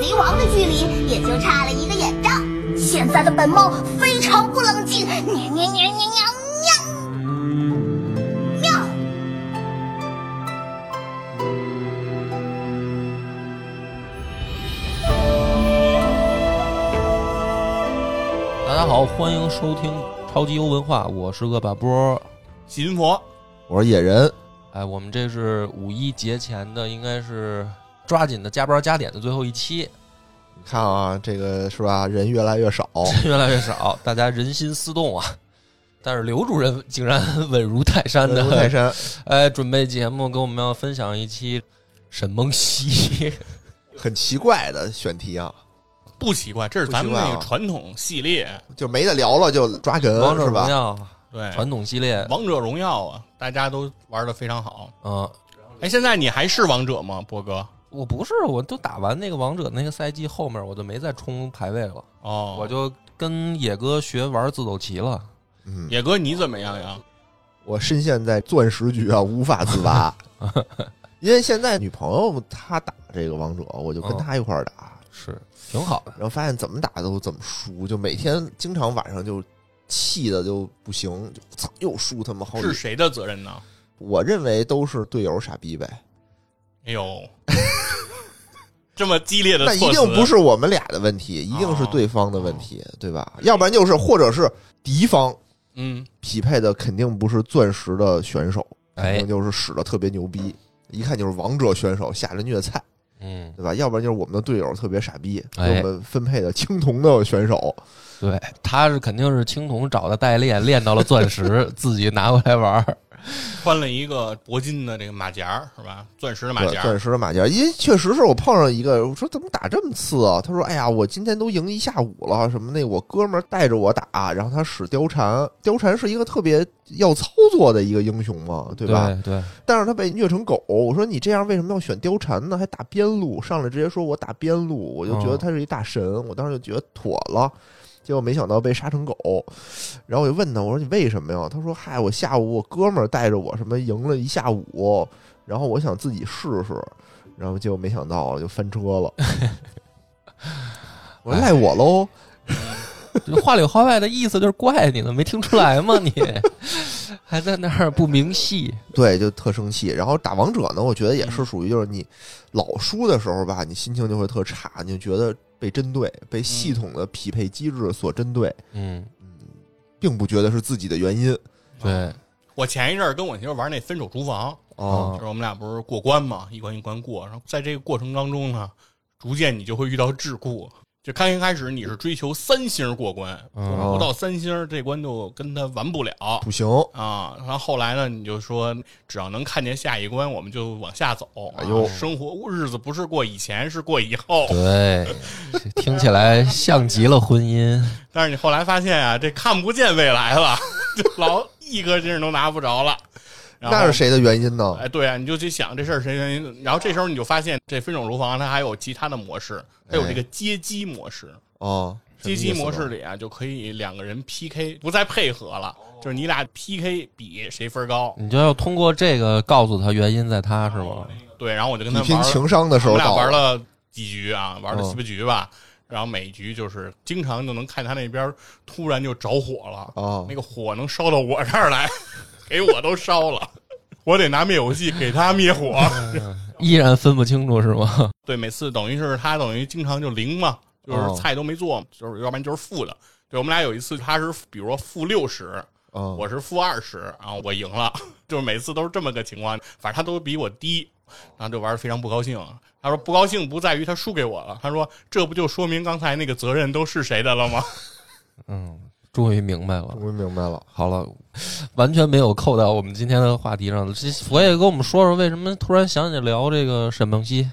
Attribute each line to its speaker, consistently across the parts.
Speaker 1: 贼王的距离也就差了一个眼罩。现在的本猫非常不冷静，喵喵喵喵喵喵喵。
Speaker 2: 大家好，欢迎收听超级优文化，我是恶霸波。
Speaker 3: 喜云佛，
Speaker 4: 我是野人，
Speaker 2: 哎，我们这是五一节前的，应该是抓紧的加班加点的最后一期，
Speaker 4: 你看啊，这个是吧？人越来越少，
Speaker 2: 越来越少，大家人心思动啊。但是刘主任竟然 稳如泰山的，
Speaker 4: 文如泰山。
Speaker 2: 哎，准备节目跟我们要分享一期沈梦 溪，
Speaker 4: 很奇怪的选题啊，
Speaker 3: 不奇怪，这是咱们那
Speaker 4: 不奇怪
Speaker 3: 个
Speaker 4: 啊
Speaker 3: 传统系列，
Speaker 4: 就没得聊了，就抓
Speaker 2: 《
Speaker 4: 梗
Speaker 2: 王者
Speaker 4: 呃
Speaker 2: 荣
Speaker 4: 是吧？
Speaker 2: 耀》
Speaker 3: 对，
Speaker 2: 传统系列，
Speaker 3: 哎王者荣耀啊，大家都玩的非常好。
Speaker 2: 嗯。
Speaker 3: 哎，现在你还是王者吗，波哥？
Speaker 2: 我不是，我都打完那个王者那个赛季后面，我就没再冲排位了，
Speaker 3: 哦，
Speaker 2: 我就跟野哥学玩自走棋了。
Speaker 4: 嗯，
Speaker 3: 野哥你怎么样呀？
Speaker 4: 我深陷在钻石局啊，无法自拔。因为现在女朋友她打这个王者，我就跟
Speaker 2: 哦
Speaker 4: 她一块儿打，
Speaker 2: 是挺好的。
Speaker 4: 然后发现怎么打都怎么输，就每天经常晚上就气的就不行，就操又输他妈好几
Speaker 3: 是。谁的责任呢？
Speaker 4: 我认为都是队友傻逼呗，
Speaker 3: 哎呦， 这么激烈的
Speaker 4: 那一
Speaker 3: 措辞哦
Speaker 4: 定不是我们俩的问题，一定是对方的问题，对吧？要不然就是或者是敌方
Speaker 3: 嗯，
Speaker 4: 匹配的肯定不是钻石的选手，肯
Speaker 2: 哎
Speaker 4: 定，就是使的特别牛逼，一看就是王者选手下着虐菜，
Speaker 2: 嗯，
Speaker 4: 对吧？要不然就是我们的队友特别傻逼，给
Speaker 2: 哎
Speaker 4: 我们分配的青铜的选手，
Speaker 2: 对，他是肯定是青铜找的代练，练到了钻 石，自己拿回来玩儿。
Speaker 3: 穿了一个铂金的这个马甲儿是吧？钻石的 马
Speaker 4: 对，
Speaker 3: 甲儿
Speaker 4: 钻石的马甲，因为确实是我碰上一个，我说怎么打这么次啊？他说：“哎呀，我今天都赢一下午了，什么那我哥们儿带着我打，然后他使貂蝉，貂蝉是一个特别要操作的一个英雄嘛，对吧？
Speaker 2: 对对
Speaker 4: 但是他被虐成狗。我说你这样为什么要选貂蝉呢？还打边路，上来直接说我打边路，我就觉得他是一大神，我当时就觉得妥了。结果没想到被杀成狗，然后我就问他，我说你为什么呀？他说嗨，我下午我哥们儿带着我什么赢了一下午，然后我想自己试试，然后结果没想到就翻车了。 我说赖我喽，
Speaker 2: 就话里话外的意思就是怪你呢，没听出来吗？你 还在那儿不明细，
Speaker 4: 对，就特生气。然后打王者呢，我觉得也是
Speaker 3: 嗯
Speaker 4: 属于就是你老输的时候吧，你心情就会特差，你就觉得被针对，被
Speaker 3: 嗯
Speaker 4: 系统的匹配机制所针对，
Speaker 2: 嗯，
Speaker 4: 并不觉得是自己的原因。
Speaker 2: 对，
Speaker 3: 我前一阵儿跟我媳妇儿玩那分手厨房，
Speaker 4: 啊
Speaker 2: 哦
Speaker 3: 就是我们俩不是过关嘛，一关一关过。然后在这个过程当中呢，逐渐你就会遇到桎梏。就刚一开始你是追求三星过关，
Speaker 4: 啊
Speaker 2: 嗯
Speaker 3: 不到三星儿这关就跟他玩不了
Speaker 4: 不行，
Speaker 3: 啊。然后后来呢，你就说只要能看见下一关，我们就往下走。啊
Speaker 4: 哎呦
Speaker 3: 生活日子不是过以前，是过以后。
Speaker 2: 对，听起来像极了婚姻。
Speaker 3: 但是你后来发现啊，这看不见未来了， 就老一颗劲儿都拿不着了。然后
Speaker 4: 那是谁的原因呢？
Speaker 3: 哎，对啊，你就去想这事儿谁原因，然后这时候你就发现这分手厨房它还有其他的模式，它有这个接机模式。
Speaker 4: 哦，
Speaker 3: 接机模
Speaker 4: 什么哎意思
Speaker 3: 式
Speaker 4: 呢
Speaker 3: 里啊，就可以两个人 PK，不再配合了，就是你俩 PK 比谁分高。
Speaker 2: 你就要通过这个告诉他原因在他
Speaker 4: 嗯
Speaker 2: 是吗？
Speaker 3: 对，然后我就跟他
Speaker 4: 比拼
Speaker 3: 玩了，
Speaker 4: 情商的时候
Speaker 3: 我们
Speaker 4: 到
Speaker 3: 俩玩
Speaker 4: 了，
Speaker 3: 了几局啊，玩了
Speaker 4: 嗯
Speaker 3: 七八局吧。然后每局就是经常就能看他那边突然就着火了，
Speaker 4: 哦
Speaker 3: 那个火能烧到我这儿来， 给我都烧了，我得拿灭火器给他灭火。
Speaker 2: 依然分不清楚是吗？
Speaker 3: 对，每次等于是他等于经常就零嘛，就是
Speaker 4: 哦
Speaker 3: 菜都没做，就是要不然就是负的。对我们俩有一次，他是比如说负六十，
Speaker 4: 哦，
Speaker 3: 我是负二十，然后我赢了， 就是每次都是这么个情况，反正他都比我低，然后就玩的非常不高兴。他说不高兴不在于他输给我了，他说这不就说明刚才那个责任都是谁的了吗？
Speaker 2: 嗯，终于明白了。
Speaker 4: 终于明白了。
Speaker 2: 好了，完全没有扣到我们今天的话题上。这佛爷跟我们说说，为什么突然想起聊这个沈梦溪？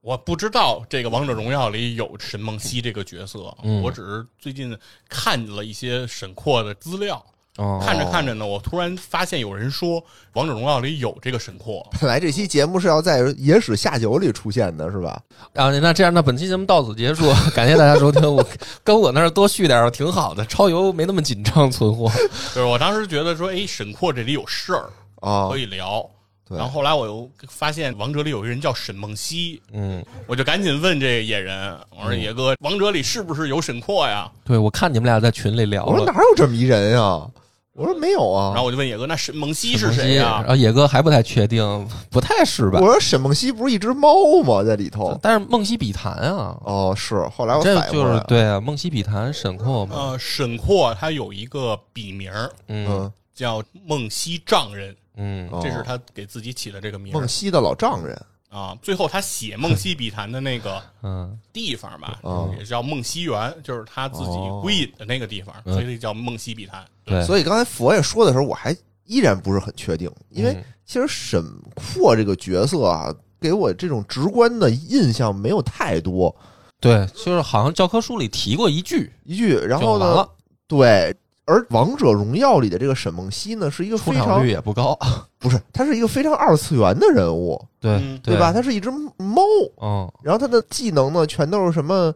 Speaker 3: 我不知道这个《王者荣耀》里有沈梦溪这个角色，
Speaker 2: 嗯
Speaker 3: 我只是最近看了一些沈括的资料，
Speaker 2: 哦，
Speaker 3: 看着看着呢，我突然发现有人说《王者荣耀》里有这个沈括，
Speaker 4: 本来这期节目是要在《野史下酒》里出现的，是吧？
Speaker 2: 啊，那这样，那本期节目到此结束，感谢大家收听。我跟我那儿多续点儿挺好的，超油没那么紧张存货。
Speaker 3: 就是我当时觉得说，哎，沈括这里有事儿
Speaker 4: 啊
Speaker 3: 可，以聊，
Speaker 4: 对，
Speaker 3: 然后后来我又发现王者里有个人叫沈梦溪，
Speaker 2: 嗯，
Speaker 3: 我就赶紧问这野人，我说
Speaker 2: 嗯
Speaker 3: 野哥，王者里是不是有沈括呀？
Speaker 2: 对，我看你们俩在群里聊
Speaker 4: 我说
Speaker 2: 了
Speaker 4: 哪，有这么一人呀、我说没有啊。
Speaker 3: 然后我就问野哥，那沈梦溪是
Speaker 2: 沈
Speaker 3: 谁
Speaker 2: 腾
Speaker 3: 呀
Speaker 2: 然？后野哥还不太确定，不太是吧
Speaker 4: 我？说沈梦溪不是一只猫吗？在里头。
Speaker 2: 但是梦溪笔谈啊，
Speaker 4: 哦，是。后来我
Speaker 2: 这
Speaker 4: 反应
Speaker 2: 就
Speaker 4: 过来
Speaker 2: 是
Speaker 4: 了，
Speaker 2: 对啊，梦溪笔谈沈括嘛，
Speaker 3: 呃，沈括他有一个笔名儿
Speaker 2: 嗯
Speaker 4: 嗯，
Speaker 3: 叫梦溪丈人，
Speaker 2: 嗯
Speaker 4: 哦
Speaker 3: 这是他给自己起的这个名儿
Speaker 4: 梦溪的老丈人
Speaker 3: 啊。最后他写梦溪笔谈的那个
Speaker 2: 嗯，
Speaker 3: 地方吧，
Speaker 4: 哦
Speaker 3: 也叫梦溪园，就是他自己
Speaker 4: 哦
Speaker 3: 归隐的那个地方，
Speaker 2: 嗯
Speaker 3: 所以叫梦溪笔谈。
Speaker 2: 对，
Speaker 4: 所以刚才佛爷说的时候，我还依然不是很确定，因为
Speaker 2: 嗯
Speaker 4: 其实沈括这个角色啊，给我这种直观的印象没有太多
Speaker 2: 对，就是好像教科书里提过一句，
Speaker 4: 一句。然后
Speaker 2: 就完
Speaker 4: 呢
Speaker 2: 了，，
Speaker 4: 对，而《王者荣耀》里的这个沈梦溪呢，是一个
Speaker 2: 出
Speaker 4: 非
Speaker 2: 场
Speaker 4: 常嗯
Speaker 2: 率也不高，
Speaker 4: 不是，他是一个非常二次元的人物，
Speaker 2: 对
Speaker 3: 嗯
Speaker 4: 对吧？？他是一只猫，
Speaker 2: 嗯，
Speaker 4: 然后他的技能呢，全都是什么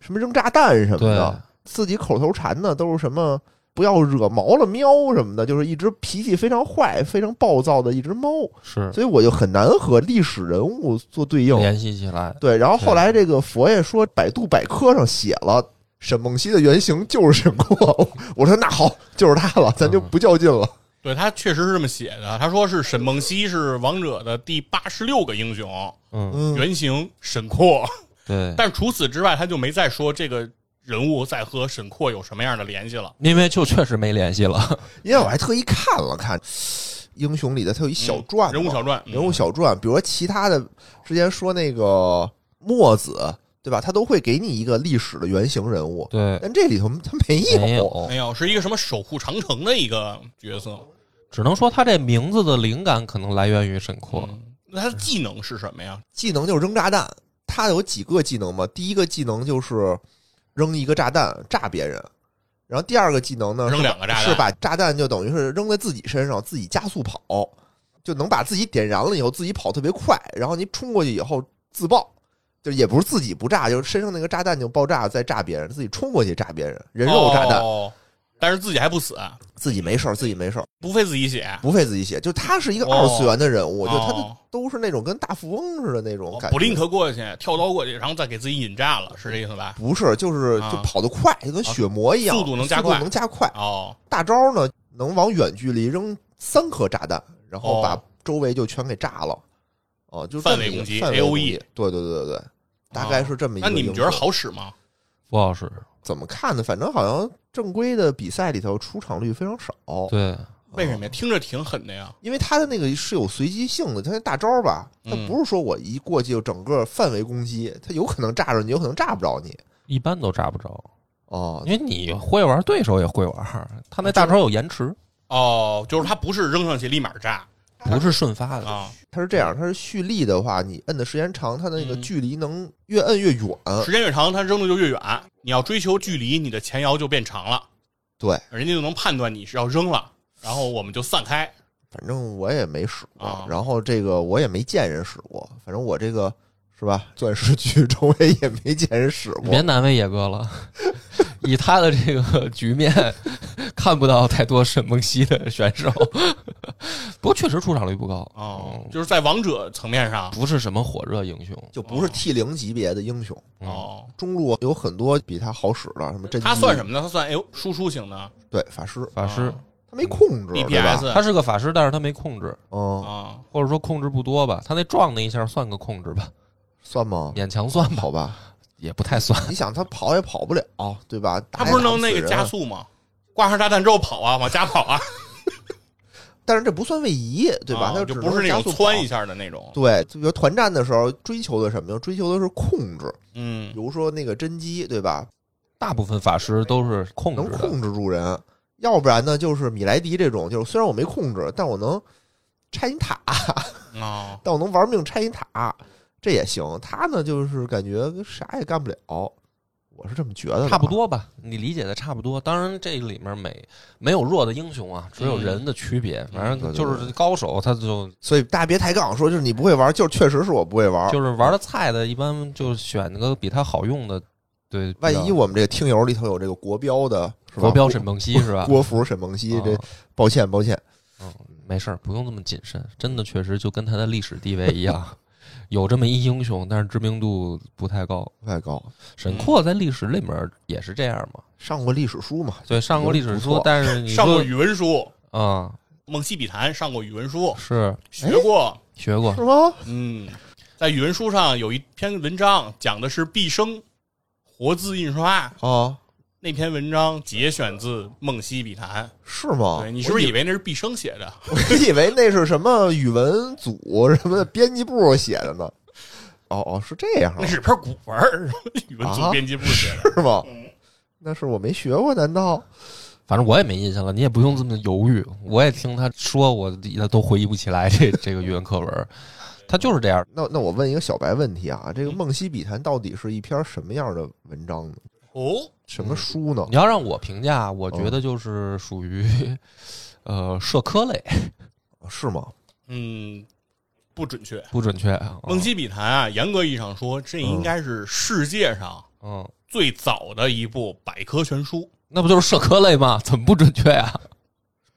Speaker 4: 什么扔炸弹什么
Speaker 2: 对
Speaker 4: 的，自己口头禅呢都是什么不要惹毛了喵什么的，就是一只脾气非常坏、非常暴躁的一只猫，
Speaker 2: 是
Speaker 4: 所以我就很难和历史人物做对应。
Speaker 2: 联系起来，
Speaker 4: 对，然后后来这个佛爷说，百度百科上写了。沈梦溪的原型就是沈括， 我说那好，就是他了，咱就不较劲了。
Speaker 3: 对他确实是这么写的，他说是沈梦溪是王者的第八十六个英雄，
Speaker 2: 嗯，
Speaker 4: 嗯，
Speaker 3: 原型沈括。
Speaker 2: 对，
Speaker 3: 但除此之外，他就没再说这个人物在和沈括有什么样的联系了。
Speaker 2: 因为就确实没联系了，
Speaker 4: 因为我还特意看了看英雄里的，他有一小传嘛、
Speaker 3: 人物小传，嗯
Speaker 4: 人物小传，比如说其他的，之前说那个墨子，对吧？他都会给你一个历史的原型人物，
Speaker 2: 对，
Speaker 4: 但这里头他没有，
Speaker 2: 没有
Speaker 3: 没，有是一个什么守护长城的一个角色。
Speaker 2: 只能说他这名字的灵感可能来源于沈括，
Speaker 3: 嗯那他的技能是什么呀？
Speaker 4: 技能就是扔炸弹。他有几个技能嘛？第一个技能就是扔一个炸弹炸别人，然后第二个技能呢
Speaker 3: 扔两个炸弹
Speaker 4: 是把炸弹就等于是扔在自己身上，自己加速跑，就能把自己点燃了以后自己跑特别快，然后你冲过去以后自爆，就也不是自己不炸，就是身上那个炸弹就爆炸再炸别人，自己冲过去炸别人，人肉炸弹，
Speaker 3: 哦，但是自己还不死，
Speaker 4: 自己没事儿，自己没事儿，
Speaker 3: 不费自己血。
Speaker 4: 不费自己血。就他是一个二次元的人物，
Speaker 3: 哦
Speaker 4: 就他的都是那种跟大富翁似的那种感觉。
Speaker 3: 布林克哦过去，跳刀过去，然后再给自己引炸了，是这意思吧？
Speaker 4: 不是，就是
Speaker 3: 啊
Speaker 4: 就跑得快，就跟血魔一样，
Speaker 3: 啊速度能加快
Speaker 4: 能加快。
Speaker 3: 哦，
Speaker 4: 大招呢，能往远距离扔三颗炸弹，然后
Speaker 3: 哦
Speaker 4: 把周围就全给炸了。哦，就是
Speaker 3: 范
Speaker 4: 这么
Speaker 3: 围
Speaker 4: 一个
Speaker 3: 攻击
Speaker 4: 范围攻
Speaker 3: AOE
Speaker 4: 击对对对对对，大概是这么一个
Speaker 3: 哦那
Speaker 4: 英雄。
Speaker 3: 你们觉得好使吗？
Speaker 2: 不好使，
Speaker 4: 怎么看呢？反正好像正规的比赛里头出场率非常少。
Speaker 2: 对，
Speaker 4: 哦
Speaker 3: 为什么呀？听着挺狠的呀。
Speaker 4: 因为他的那个是有随机性的，他那大招吧，他
Speaker 3: 嗯
Speaker 4: 不是说我一过去就整个范围攻击，他有可能炸着你，有可能炸不着你。
Speaker 2: 一般都炸不着，
Speaker 4: 哦
Speaker 2: 因，为你会玩，对手也会玩，他那大招有延迟，
Speaker 3: 哦，就是它不是扔上去立马炸
Speaker 2: 不是瞬发的，
Speaker 3: 啊，
Speaker 4: 它是这样，它是蓄力的话，你摁的时间长，它那个
Speaker 3: 嗯
Speaker 4: 距离能越摁越远。
Speaker 3: 时间越长，它扔的就越远。你要追求距离，你的前摇就变长了，
Speaker 4: 对，
Speaker 3: 人家就能判断你是要扔了，然后我们就散开。
Speaker 4: 反正我也没使过，
Speaker 3: 啊
Speaker 4: 然后这个我也没见人使过，反正我这个是吧，钻石 局周围也没见人使
Speaker 2: 你别
Speaker 4: 过。
Speaker 2: 难为野哥 了，以他的这个局面，看不到太多沈梦溪的选手。 不过确实出场率不高
Speaker 3: 哦，
Speaker 2: 嗯
Speaker 3: 就是在王者层面上，
Speaker 2: 不是什么火热英雄。
Speaker 4: 就不是 T 零级别的英雄，
Speaker 2: 嗯
Speaker 3: 哦，
Speaker 4: 中路有很多比他好使的，什么真
Speaker 3: 它算什
Speaker 4: 么？
Speaker 3: 么呢？它算
Speaker 4: 嗯
Speaker 3: 哎呦输出型的
Speaker 4: 对，法师
Speaker 2: 法师，
Speaker 4: 他没控
Speaker 3: 嗯
Speaker 4: 制，啊对吧？
Speaker 2: 他
Speaker 3: DPS
Speaker 2: 是个法师，但是他没控制，
Speaker 4: 嗯，
Speaker 3: 啊，
Speaker 2: 或者说控制不多吧。他那撞那一下算个控制吧，
Speaker 4: 算吗？
Speaker 2: 勉强算吧，
Speaker 4: 好 吧，
Speaker 2: 也不太 算。
Speaker 4: 你想他跑也跑不了，对吧？
Speaker 3: 他
Speaker 4: 打也
Speaker 3: 不是
Speaker 4: 打
Speaker 3: 能那
Speaker 4: 死
Speaker 3: 个
Speaker 4: 人啊
Speaker 3: 加，速吗？挂上炸弹之后跑啊，往家跑啊，
Speaker 4: 但是这不算位移， 对吧？
Speaker 3: 啊
Speaker 4: 他
Speaker 3: 就
Speaker 4: 只
Speaker 3: 不
Speaker 4: 能
Speaker 3: 是那
Speaker 4: 加
Speaker 3: 种
Speaker 4: 速
Speaker 3: 窜
Speaker 4: 跑
Speaker 3: 一下的那种。
Speaker 4: 对，就比如团战的时候追求的什么呀？追求的是控制，比
Speaker 3: 嗯，
Speaker 4: 如说那个甄姬，对吧？
Speaker 2: 大部分法师都是控
Speaker 4: 能
Speaker 2: 制的，
Speaker 4: 控制住人，要不然呢就是米莱迪这种，就是虽然我没控制，但我能拆你塔，
Speaker 3: 啊，
Speaker 4: 但我能玩命拆你塔，这也行。他呢就是感觉啥也干不了，我是这么觉得的。
Speaker 2: 差不，多吧，你理解的差不多。当然，这里面没没有弱的英雄啊，只有
Speaker 3: 嗯
Speaker 2: 人的区别。反正
Speaker 4: 嗯对对
Speaker 2: 就是
Speaker 4: 对
Speaker 2: 高手，他就
Speaker 4: 所以大家别抬杠，说就是你不会玩，就是确实是我不会玩。
Speaker 2: 就是玩的菜的，一般就选个比他好用的。对，
Speaker 4: 万
Speaker 2: 比
Speaker 4: 一
Speaker 2: 较
Speaker 4: 我们这个听友里头有这个国标的，是吧
Speaker 2: 国标沈梦溪是吧？
Speaker 4: 郭郭芙沈梦溪，这
Speaker 2: 啊
Speaker 4: 抱歉抱歉，
Speaker 2: 嗯没事儿，不用那么谨慎。真的，确实就跟他的历史地位一样， 有这么一英雄，但是知名度不太高。
Speaker 4: 不太高，
Speaker 2: 沈括在历史里面也是这样嘛，
Speaker 4: 上过历史书嘛，
Speaker 2: 对，上过历史
Speaker 4: 不
Speaker 2: 书
Speaker 4: 错，
Speaker 2: 但是你
Speaker 3: 上过
Speaker 2: 说
Speaker 3: 语文书，
Speaker 2: 啊、
Speaker 3: 蒙西笔谈上过语文书，
Speaker 2: 是
Speaker 3: 学过，
Speaker 2: 学过
Speaker 4: 是吗？
Speaker 3: 嗯，在语文书上有一篇文章讲的是毕生活字印刷，
Speaker 4: 啊，
Speaker 3: 那篇文章节选自《梦溪笔谈》。
Speaker 4: 是吗？
Speaker 3: 对你是不是以为那是毕生写的？
Speaker 4: 我以为那是什么语文组什么的编辑部写的呢？哦哦，是这样啊
Speaker 3: 那，是篇古文儿， 语文组
Speaker 4: 啊
Speaker 3: 编辑部写的。
Speaker 4: 是吗？
Speaker 3: 嗯
Speaker 4: 那是我没学过，难道？
Speaker 2: 反正我也没印象了，你也不用这么犹豫。我也听他说，我都回忆不起来这这个语文课文，他就是这样。
Speaker 4: 那那我问一个小白问题啊，
Speaker 3: 嗯
Speaker 4: 这个《梦溪笔谈》到底是一篇什么样的文章呢？
Speaker 3: 哦，
Speaker 4: 什么书呢？
Speaker 2: 你要让我评价，我觉得就是属于呃社科类，
Speaker 4: 是吗？
Speaker 3: 嗯，不准确。
Speaker 2: 不准确啊。
Speaker 3: 《梦溪笔谈》啊，严格意义上说，这应该是世界上
Speaker 2: 嗯，
Speaker 3: 最早的一部百科全书。
Speaker 2: 那不就是社科类吗？怎么不准确呀、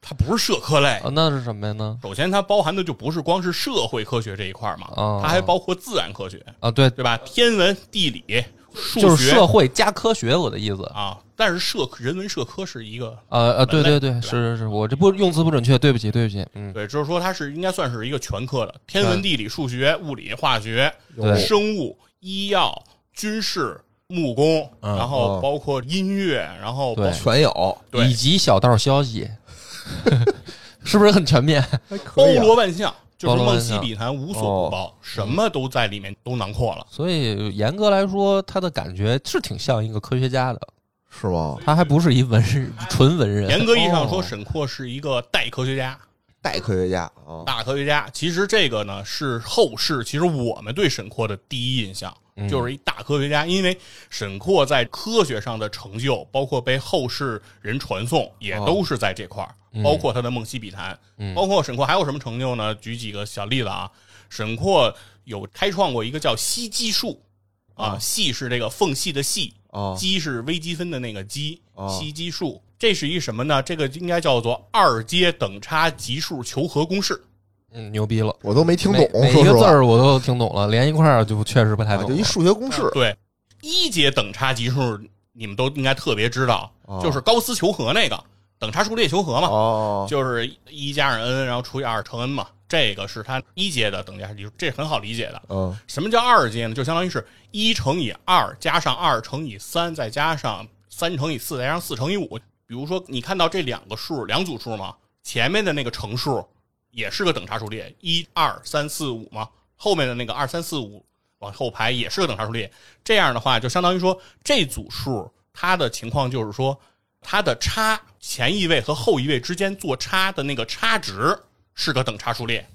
Speaker 3: 它不哦是社科类
Speaker 2: 啊？，那是什么呀呢？
Speaker 3: 首先它包含的就不是光是社会科学这一块儿嘛
Speaker 2: 哦，
Speaker 3: 它还包括自然科学，
Speaker 2: 啊，对，
Speaker 3: 对吧？天文、地理、数
Speaker 2: 就是
Speaker 3: 学
Speaker 2: 社会加科学，我的意思。
Speaker 3: 啊。但是社人文社科是一个
Speaker 2: 呃呃，对
Speaker 3: 门类
Speaker 2: 对对，
Speaker 3: 吧
Speaker 2: 是是是，我这不用词不准确，对不起对不起，嗯，
Speaker 3: 对，就是说它是应该算是一个全科的，天文、
Speaker 2: 嗯
Speaker 3: 地理、数学、物理、化学、
Speaker 2: 对
Speaker 3: 生物、医药、军事、木工，
Speaker 2: 嗯
Speaker 3: 然后
Speaker 4: 嗯
Speaker 3: 包括音乐，然后包
Speaker 2: 对
Speaker 4: 全有，
Speaker 3: 对
Speaker 2: 以及小道消息， 是不是很全面？
Speaker 4: 还
Speaker 3: 包
Speaker 4: 可以啊、
Speaker 3: 罗万象，就是
Speaker 2: 包罗
Speaker 3: 梦
Speaker 2: 万
Speaker 3: 溪
Speaker 2: 象哦嗯
Speaker 3: 笔谈无所不包，什么都在里面都囊括了。
Speaker 2: 所以严格来说，他的感觉是挺像一个科学家的，
Speaker 4: 是吗？
Speaker 2: 他还不是一文人，纯文人。
Speaker 3: 嗯严格意义上说，
Speaker 4: 哦
Speaker 3: 沈括是一个代科学家、
Speaker 4: 代科学家啊，
Speaker 3: 大科学家。其实这个呢是后世，其实我们对沈括的第一印象
Speaker 2: 嗯
Speaker 3: 就是一大科学家，因为沈括在科学上的成就，包括被后世人传颂，也
Speaker 2: 哦
Speaker 3: 都是在这块儿，
Speaker 2: 嗯
Speaker 3: 包括他的《梦溪笔谈》
Speaker 2: 嗯
Speaker 3: 包括沈括还有什么成就呢？举几个小例子啊，沈括有开创过一个叫析机术。
Speaker 2: 哦
Speaker 3: 啊，隙是这个缝隙的隙，
Speaker 4: 啊
Speaker 3: 积是微积分的那个积，
Speaker 4: 哦
Speaker 3: 析积数。这是一什么呢？这个应该叫做二阶等差级数求和公式。
Speaker 2: 嗯，牛逼了，
Speaker 4: 我都没听懂
Speaker 2: 每，每
Speaker 4: 说
Speaker 2: 一
Speaker 4: 实
Speaker 2: 个字
Speaker 4: 话，
Speaker 2: 儿我都听懂了，连一块儿就确实不太
Speaker 4: 啊
Speaker 2: 懂
Speaker 4: 就
Speaker 2: 了。
Speaker 4: 一数学公式
Speaker 3: 嗯对，一阶等差级数你们都应该特别知道，
Speaker 4: 哦
Speaker 3: 就是高斯求和那个等差数列求和嘛，
Speaker 4: 哦，
Speaker 3: 就是一加上 n，然后除以二乘 n 嘛。这个是它一阶的等价级数，这很好理解的。
Speaker 4: 嗯
Speaker 3: 什么叫二阶呢？就相当于是一乘以二加上二乘以三，再加上三乘以四，再加上四乘以五。比如说，你看到这两个数，两组数嘛，前面的那个乘数也是个等差数列，一二三四五嘛，后面的那个二三四五往后排也是个等差数列。这样的话，就相当于说这组数它的情况就是说，它的差前一位和后一位之间做差的那个差值是个等差数列，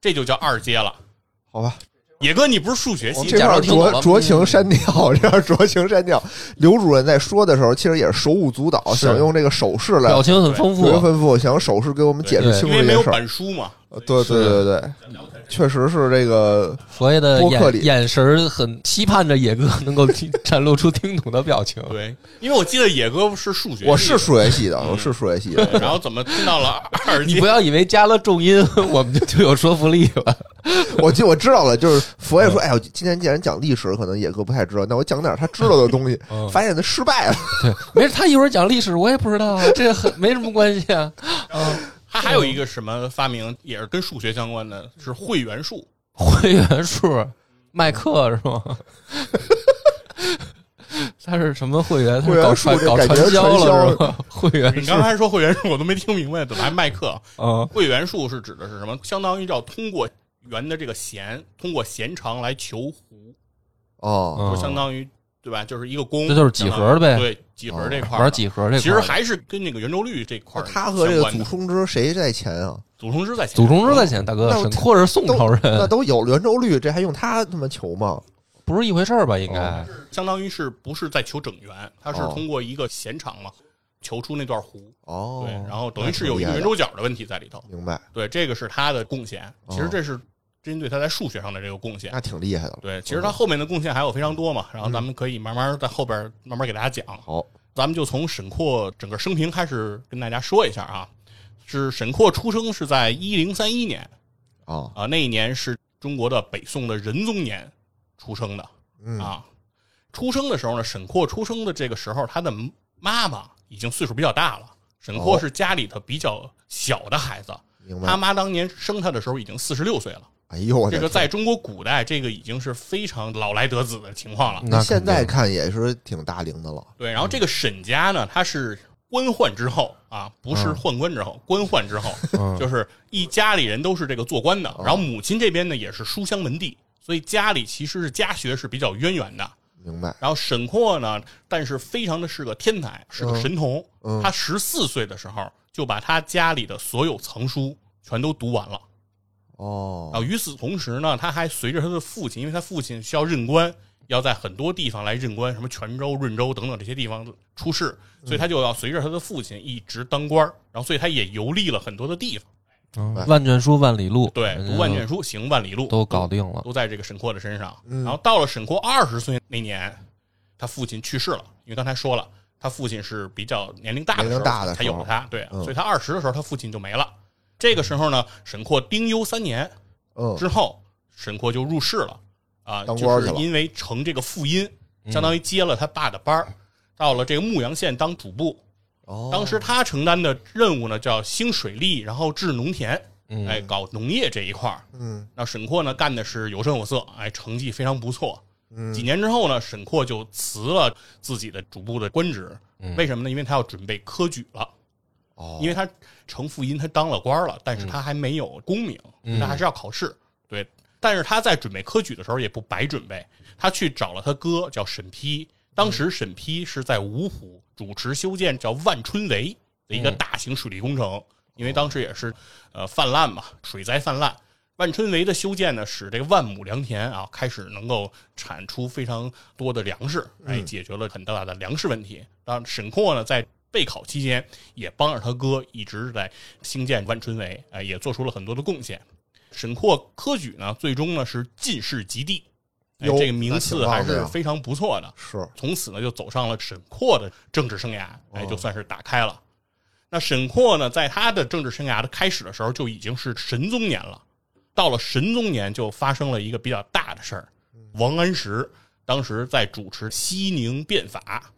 Speaker 3: 这就叫二阶了。
Speaker 4: 好吧，
Speaker 3: 野哥，你不是数学
Speaker 2: 我
Speaker 3: 系
Speaker 2: 们
Speaker 4: 这
Speaker 3: 的？
Speaker 2: 假装
Speaker 4: 块儿
Speaker 2: 听懂了嗯
Speaker 4: 酌酌情删掉， 这块儿酌情删掉。刘主任在说的时候，其实也是手舞足蹈，
Speaker 2: 是
Speaker 4: 想用这个手势来
Speaker 2: 表情很丰
Speaker 4: 特别
Speaker 2: 富，
Speaker 4: 丰富，想用手势给我们解释
Speaker 2: 对
Speaker 4: 清
Speaker 3: 因
Speaker 4: 楚
Speaker 3: 为
Speaker 4: 这
Speaker 3: 没有
Speaker 4: 件事儿。
Speaker 3: 板书嘛。
Speaker 4: 呃对对
Speaker 2: 是
Speaker 4: 对对，确实是这个
Speaker 2: 所谓的
Speaker 4: 播客里
Speaker 2: 眼眼神儿很期盼着野哥能够听 展露出听懂的表情。
Speaker 3: 对，因为我记得野哥是数学，
Speaker 4: 嗯我是。数学系的，我是数学系的。
Speaker 3: 对然后怎么听到了二
Speaker 2: 你
Speaker 3: 阶
Speaker 2: 不？要以为加了重音， 我们就就有说服力了。
Speaker 4: 我记我知道了，就是佛爷说，
Speaker 2: 嗯
Speaker 4: 哎呦，今天既然讲历史，可能野哥不太知道，那我讲点儿他知道的东西
Speaker 2: 嗯。
Speaker 4: 发现他失败了，
Speaker 2: 对，没事，他一会儿讲历史，我也不知道啊，这很没什么关系啊。
Speaker 4: 嗯
Speaker 3: 他还有一个什么发明也是跟数学相关的，是会员数。
Speaker 2: 会员数，麦克是吗？ 他是什么会员？他
Speaker 4: 会
Speaker 2: 是
Speaker 4: 员
Speaker 2: 搞
Speaker 4: 数
Speaker 2: 传
Speaker 4: 这
Speaker 2: 搞
Speaker 4: 感觉
Speaker 2: 传销
Speaker 4: 传销
Speaker 2: 了是吗？ 会员
Speaker 3: 你
Speaker 2: 数
Speaker 3: 刚，才说会员数，我都没听明白，怎么还麦克？
Speaker 2: 嗯
Speaker 3: 会员数是指的是什么？相当于叫通过圆的这个弦，通过弦长来求弧，
Speaker 4: 哦，
Speaker 2: 嗯，
Speaker 3: 就相当于对吧？就是一个弓，
Speaker 2: 这就是几何呗
Speaker 3: 相当于对，几何这块儿
Speaker 2: 哦玩几何这块儿，
Speaker 3: 其实还是跟那个圆周率这块
Speaker 4: 那
Speaker 3: 儿
Speaker 4: 他哦和这个祖
Speaker 3: 相关的
Speaker 4: 冲之谁在前啊？
Speaker 2: 嗯
Speaker 3: 祖冲之在前
Speaker 2: 祖冲之在前，大哥，
Speaker 4: 那我
Speaker 2: 沈括是宋朝
Speaker 4: 那
Speaker 2: 人，
Speaker 4: 都有圆周率，这还用他他妈求吗？
Speaker 2: 不是一回事儿吧？应该
Speaker 4: 哦
Speaker 3: 相当于是不是在求整圆，它是
Speaker 4: 哦
Speaker 3: 通过一个弦长嘛，求出那段弧。
Speaker 4: 哦
Speaker 3: 对，，然后等于是有一个圆
Speaker 4: 周，
Speaker 3: 周角的问题在里头。
Speaker 4: 明白，
Speaker 3: 对，这个是他的贡献。
Speaker 4: 哦哎
Speaker 3: 其实这是针对他在数学上的这个贡献。
Speaker 4: 那挺厉害的了。
Speaker 3: 对，其实他后面的贡献还有非常多嘛，
Speaker 4: 嗯
Speaker 3: 然后咱们可以慢慢在后边慢慢给大家讲。
Speaker 4: 好，
Speaker 3: 咱们就从沈括整个生平开始跟大家说一下啊。是沈括出生是在一零三一年
Speaker 4: 啊，
Speaker 3: 啊，那一年是中国的北宋的仁宗年出生的
Speaker 4: 嗯
Speaker 3: 啊。出生的时候呢，沈括出生的这个时候，他的妈妈已经岁数比较大了。沈括
Speaker 4: 哦
Speaker 3: 是家里头比较小的孩子，
Speaker 4: 明
Speaker 3: 他
Speaker 4: 白。
Speaker 3: 妈当年生他的时候已经四十六岁了。
Speaker 4: 哎呦，我的
Speaker 3: 这个
Speaker 4: 天
Speaker 3: 在中国古代，这个已经是非常老来得子的情况了。
Speaker 2: 那肯
Speaker 4: 现在
Speaker 2: 定
Speaker 4: 看也是挺大龄的了。
Speaker 3: 对，然后这个沈家呢，他是官宦之后啊，不
Speaker 4: 嗯
Speaker 3: 是宦官之后，官宦之后，
Speaker 2: 嗯
Speaker 3: 就是一家里人都是这个做官的。
Speaker 4: 嗯
Speaker 3: 然后母亲这边呢，也是书香门第，所以家里其实是家学是比较渊源的。
Speaker 4: 明白，
Speaker 3: 然后沈括呢，但是非常的是个天才，是个神童。
Speaker 4: 嗯
Speaker 3: 他十四岁的时候就把他家里的所有藏书全都读完了。然
Speaker 4: 哦，
Speaker 3: 后啊与此同时呢，他还随着他的父亲，因为他父亲需要任官，要在很多地方来任官，什么泉州、润州等等这些地方出仕，所以他就要随着他的父亲一直当官儿然后所以他也游历了很多的地方，
Speaker 2: 嗯万卷书万里路，
Speaker 3: 对，
Speaker 2: 人家
Speaker 3: 读万卷书，行万里路，
Speaker 2: 哎都搞定了。
Speaker 3: 都在这个沈括的身上。
Speaker 4: 嗯
Speaker 3: 然后到了沈括二十岁那年，他父亲去世了，因为刚才说了，他父亲是比较年龄大的时
Speaker 4: 年
Speaker 3: 候
Speaker 4: 龄大的时候
Speaker 3: 才有了他，对，
Speaker 4: 嗯
Speaker 3: 所以他二十的时候他父亲就没了。这个时候呢，沈括丁忧三年，
Speaker 4: 嗯，
Speaker 3: 之后，沈括就入仕了啊，
Speaker 4: 当官
Speaker 3: 就
Speaker 4: 去
Speaker 3: 是
Speaker 4: 了嗯
Speaker 3: 因为承这个副音，相当于接了他爸的班儿，到了这个牧羊县当主簿。
Speaker 4: 哦
Speaker 3: 当时他承担的任务呢，叫兴水利，然后治农田，
Speaker 2: 嗯
Speaker 3: 哎，搞农业这一块儿。
Speaker 4: 嗯
Speaker 3: 那沈括呢，干的是有声有色，哎，成绩非常不错。
Speaker 4: 嗯
Speaker 3: 几年之后呢，沈括就辞了自己的主簿的官职，
Speaker 4: 嗯
Speaker 3: 为什么呢？因为他要准备科举了。
Speaker 4: 哦，
Speaker 3: 因为他程富音他当了官了，但是他还没有功名，他还是要考试。对，但是他在准备科举的时候也不白准备，他去找了他哥叫沈丕。当时沈丕是在芜湖主持修建叫万春围的一个大型水利工程，因为当时也是呃泛滥嘛，水灾泛滥。万春围的修建呢，使这个万亩良田啊开始能够产出非常多的粮食，哎，解决了很大的粮食问题。当然，沈括呢在备考期间也帮着他哥一直在兴建万春围，哎，也做出了很多的贡献。沈括科举呢，最终呢是进士及第，哎，
Speaker 4: 哟
Speaker 3: 这个名次
Speaker 4: 那
Speaker 3: 还
Speaker 4: 挺棒的
Speaker 3: 是
Speaker 4: 呀
Speaker 3: 非常不错的。
Speaker 4: 是
Speaker 3: 从此呢就走上了沈括的政治生涯，哎，就算是打开了。那沈括呢，在他的政治生涯的开始的时候就已经是神宗年了。到了神宗年，就发生了一个比较大的事儿，王安石当时在主持西宁变法。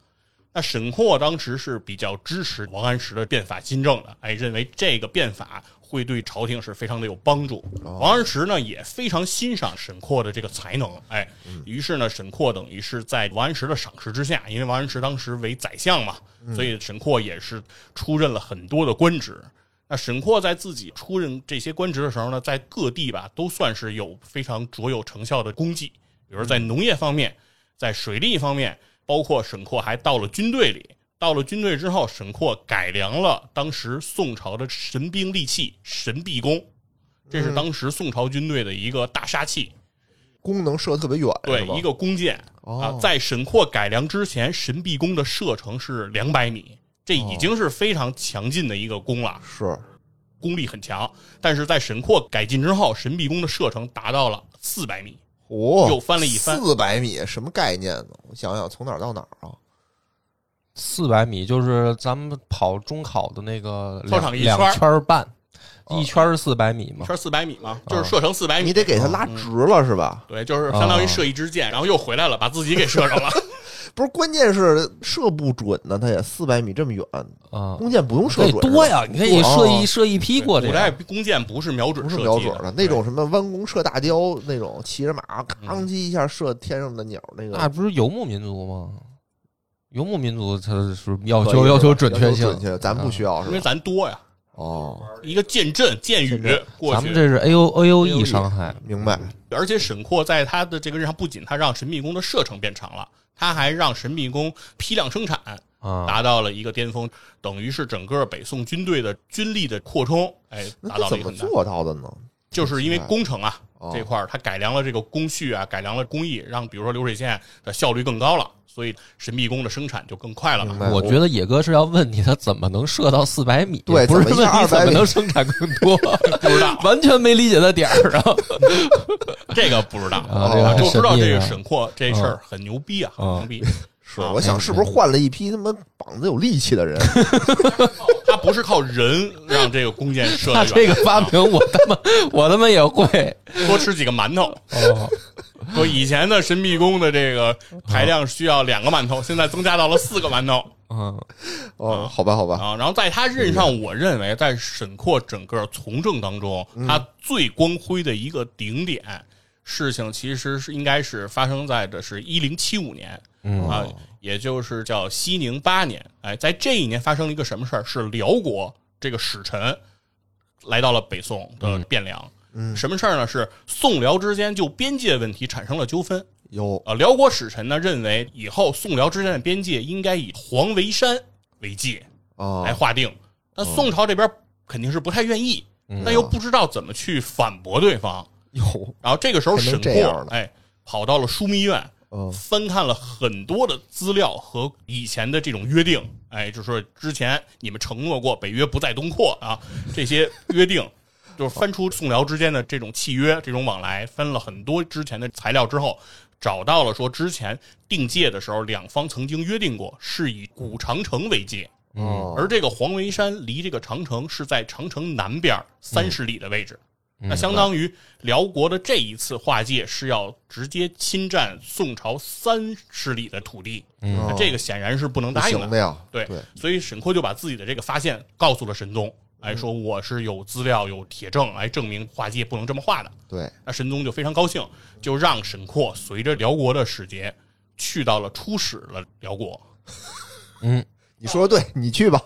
Speaker 3: 那沈括当时是比较支持王安石的变法新政的，哎，认为这个变法会对朝廷是非常的有帮助。王安石呢也非常欣赏沈括的这个才能，哎，于是呢，沈括等于是在王安石的赏识之下，因为王安石当时为宰相嘛，所以沈括也是出任了很多的官职。那沈括在自己出任这些官职的时候呢，在各地吧都算是有非常卓有成效的功绩，比如在农业方面，在水利方面，包括沈括还到了军队里。到了军队之后，沈括改良了当时宋朝的神兵利器神臂弓，这是当时宋朝军队的一个大杀器，
Speaker 4: 功能射得特别远，嗯
Speaker 3: 对
Speaker 4: 哎是吧
Speaker 3: 一个弓箭、啊
Speaker 4: 哦。
Speaker 3: 在沈括改良之前，神臂弓的射程是两百米，这已经是非常强劲的一个弓了。
Speaker 4: 是
Speaker 3: 功力很强，但是在沈括改进之后，神臂弓的射程达到了四百米，
Speaker 4: 哦，
Speaker 3: 又翻了一番
Speaker 4: 四百米，什么概念呢？我想想，从哪儿到哪儿啊？
Speaker 2: 四百米就是咱们跑中考的那个
Speaker 3: 操
Speaker 2: 两
Speaker 3: 场一圈
Speaker 2: 两
Speaker 3: 儿
Speaker 2: 圈儿半，
Speaker 4: 哦
Speaker 2: 一圈儿是四百米嘛
Speaker 3: 圈。四百米嘛，就是射程四百米。
Speaker 4: 你得给它哦拉
Speaker 3: 嗯
Speaker 4: 直了是吧？
Speaker 3: 对，就是相当于射一支箭，然后又回来了，把自己给射着了。
Speaker 4: 不是，关键是射不准呢，它也四百米这么远，
Speaker 2: 啊，
Speaker 4: 弓箭不用
Speaker 2: 可
Speaker 4: 射
Speaker 2: 以
Speaker 4: 准，
Speaker 2: 多呀，你可以射一
Speaker 4: 哦
Speaker 2: 射一批过这
Speaker 3: 古代
Speaker 2: 个。
Speaker 3: 弓箭不是瞄准
Speaker 4: 不是
Speaker 3: 射
Speaker 4: 瞄
Speaker 3: 击
Speaker 4: 准的那种什么弯弓射大雕那种，骑着马
Speaker 3: 嗯
Speaker 4: 吭叽一下射天上的鸟那
Speaker 2: 那
Speaker 4: 个，
Speaker 2: 不是游牧民族吗？游牧民族他哦是要
Speaker 4: 可以
Speaker 2: 求
Speaker 4: 是吧
Speaker 2: 要求
Speaker 4: 准
Speaker 2: 准确性，啊
Speaker 4: 确，咱不需要
Speaker 3: 对
Speaker 4: 是
Speaker 3: 因为
Speaker 4: 吧？
Speaker 3: 咱多呀，
Speaker 4: 哦，
Speaker 3: 一个剑阵、箭雨过去。
Speaker 2: 咱们这是 A O A O E 伤害，
Speaker 4: 明白，
Speaker 3: 而且沈括在他的这个任上，不仅他让神臂弓的射程变长了，他还让神臂弓批量生产，
Speaker 2: 啊
Speaker 3: 达到了一个巅峰，等于是整个北宋军队的军力的扩充，哎，达
Speaker 4: 那它
Speaker 3: 到了
Speaker 4: 怎
Speaker 3: 一
Speaker 4: 么
Speaker 3: 个很大。
Speaker 4: 做到的呢？
Speaker 3: 就是因为工程啊
Speaker 4: 哦
Speaker 3: 这块儿，它改良了这个工序啊，改良了工艺，让比如说流水线的效率更高了，所以神臂弓的生产就更快了
Speaker 4: 明
Speaker 3: 嘛。
Speaker 4: 白
Speaker 2: 我觉得野哥是要问你他怎么能射到四百米，
Speaker 4: 对
Speaker 2: 不是
Speaker 4: 怎么一
Speaker 2: 问
Speaker 4: 下
Speaker 2: 你怎
Speaker 4: 200
Speaker 2: 么
Speaker 4: 米
Speaker 2: 能生产更多，
Speaker 3: 不知道
Speaker 2: 完全没理解他点儿啊。
Speaker 3: 这个不知道，
Speaker 2: 啊
Speaker 3: 我
Speaker 4: 这个
Speaker 3: 知道
Speaker 2: 神秘
Speaker 3: 这个
Speaker 2: 啊
Speaker 3: 沈括这事儿很牛逼啊，很牛逼。
Speaker 4: 是
Speaker 3: 啊
Speaker 4: 我想是不是换了一批他妈膀子有力气的 人？
Speaker 3: 他不是靠人让这个弓箭射
Speaker 2: 他
Speaker 3: 得
Speaker 2: 这
Speaker 3: 远
Speaker 2: 个发明我他妈我他妈也会
Speaker 3: 多吃几个馒头。
Speaker 2: 哦，
Speaker 3: 说以前的神臂弓的这个排量需要两个馒头，现在增加到了四个馒头
Speaker 2: 嗯
Speaker 4: 哦，好吧，好吧，
Speaker 3: 啊。然后在他任上，我认为在沈括整个从政当中，他最光辉的一个顶点事情，其实是应该是发生在的是一零七五年
Speaker 2: 嗯
Speaker 3: 啊，也就是叫熙宁八年。哎，在这一年发生了一个什么事儿？是辽国这个使臣来到了北宋的汴梁。
Speaker 4: 嗯
Speaker 3: 什么事儿呢？是宋辽之间就边界问题产生了纠纷。
Speaker 4: 有
Speaker 3: 呃，辽国使臣呢认为以后宋辽之间的边界应该以黄为山为界
Speaker 4: 啊
Speaker 3: 来划定，但
Speaker 4: 哦
Speaker 3: 宋朝这边肯定是不太愿意，
Speaker 4: 嗯
Speaker 3: 但又不知道怎么去反驳对方。
Speaker 4: 有，
Speaker 3: 然后这个时候
Speaker 4: 还能
Speaker 3: 沈
Speaker 4: 这样
Speaker 3: 括
Speaker 4: 呢
Speaker 3: 哎跑到了枢密院，
Speaker 4: 嗯
Speaker 3: 翻看了很多的资料和以前的这种约定，哎，就是说之前你们承诺过北约不再东扩啊，这些 约定。就是翻出宋辽之间的这种契约、这种往来，翻了很多之前的材料之后，找到了说之前定界的时候，两方曾经约定过是以古长城为界，
Speaker 4: 哦
Speaker 3: 嗯而这个黄维山离这个长城是在长城南边
Speaker 4: 嗯
Speaker 3: 三十里的位置，那相当于辽国的这一次划界是要直接侵占宋朝三十里的土地，那这个显然是不能
Speaker 4: 嗯不
Speaker 3: 答应
Speaker 4: 行的呀，
Speaker 3: 对
Speaker 4: 对，
Speaker 3: 所以沈括就把自己的这个发现告诉了神宗，哎，说我是有资料、有铁证来证明划界不能这么划的。
Speaker 4: 对，
Speaker 3: 那神宗就非常高兴，就让沈括随着辽国的使节去到了出使了辽国。
Speaker 4: 你说的对，你去吧，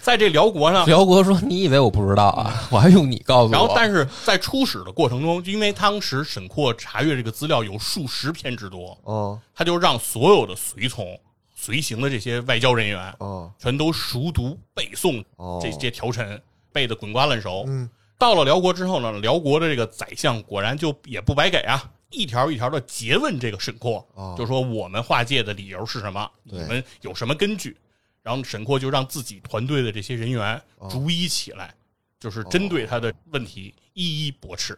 Speaker 3: 在这辽国呢，
Speaker 2: 辽国说你以为我不知道 啊？我还用你告诉我？
Speaker 3: 然后，但是在初始的过程中，因为当时沈括查阅这个资料有数十篇之多，
Speaker 4: 哦
Speaker 3: 他就让所有的随从、随行的这些外交人员，
Speaker 4: 哦
Speaker 3: 全都熟读背诵
Speaker 4: 哦
Speaker 3: 这些条陈，背得滚瓜烂熟。
Speaker 4: 嗯，
Speaker 3: 到了辽国之后呢，辽国的这个宰相果然就也不白给啊，一条一条的诘问这个沈括，
Speaker 4: 哦
Speaker 3: 就说我们划界的理由是什么？你
Speaker 4: 对
Speaker 3: 们有什么根据？然后沈括就让自己团队的这些人员
Speaker 4: 哦
Speaker 3: 逐一起来，就是针对他的问题一一驳斥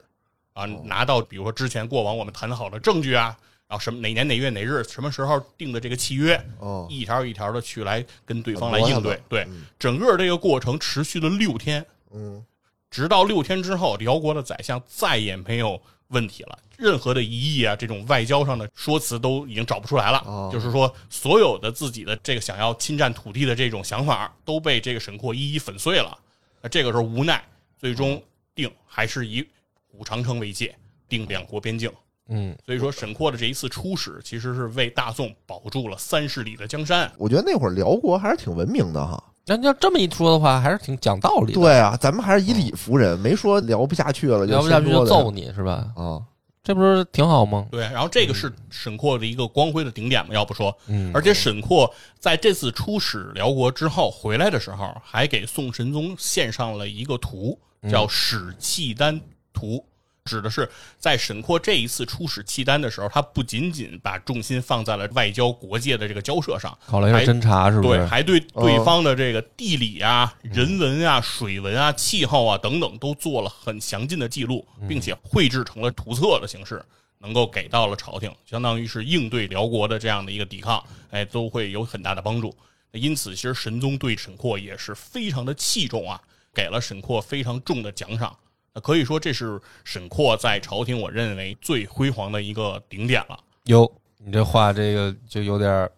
Speaker 3: 啊，
Speaker 4: 哦
Speaker 3: 拿到比如说之前过往我们谈好的证据啊，然后什么哪年哪月哪日什么时候定的这个契约，
Speaker 4: 哦，
Speaker 3: 一条一条的去来跟对方
Speaker 4: 反
Speaker 3: 来
Speaker 4: 驳他
Speaker 3: 应对
Speaker 4: 们。
Speaker 3: 对，整个这个过程持续了六天，
Speaker 4: 嗯，
Speaker 3: 直到六天之后，辽国的宰相再也没有问题了，任何的疑义啊，这种外交上的说辞都已经找不出来了。
Speaker 4: 哦
Speaker 3: 就是说，所有的自己的这个想要侵占土地的这种想法都被这个沈括一一粉碎了。那这个时候无奈，最
Speaker 4: 嗯
Speaker 3: 终定还是以古长城为界，定两国边境。
Speaker 2: 嗯，
Speaker 3: 所以说，沈括的这一次出使，其实是为大宋保住了三十里的江山。
Speaker 4: 我觉得那会儿辽国还是挺文明的哈。
Speaker 2: 那要这么一说的话，还是挺讲道理的。
Speaker 4: 对啊，咱们还是以理服人，没说聊不下去了，
Speaker 2: 聊不下去就揍
Speaker 4: 你
Speaker 2: 你是吧？
Speaker 4: 啊！
Speaker 2: 这不是挺好吗？
Speaker 3: 对，然后这个是沈括的一个光辉的顶点嘛，要不说，
Speaker 2: 嗯
Speaker 3: 而且沈括在这次出使辽国之后回来的时候，还给宋神宗献上了一个图，叫《使契丹图》，指的是在沈括这一次出使契丹的时候，他不仅仅把重心放在了外交国界的这个交涉上，
Speaker 2: 搞了一个
Speaker 3: 还
Speaker 2: 侦查是不哦
Speaker 3: 对，
Speaker 2: 是？
Speaker 3: 还对对方的这个地理啊、人文啊、水文啊、气候啊等等都做了很详尽的记录，
Speaker 2: 嗯
Speaker 3: 并且绘制成了图册的形式，能够给到了朝廷，相当于是应对辽国的这样的一个抵抗，哎，都会有很大的帮助。因此，其实神宗对沈括也是非常的器重啊，给了沈括非常重的奖赏。那可以说，这是沈括在朝廷我认为最辉煌的一个顶点了。
Speaker 2: 哟，你这话这个就有点儿，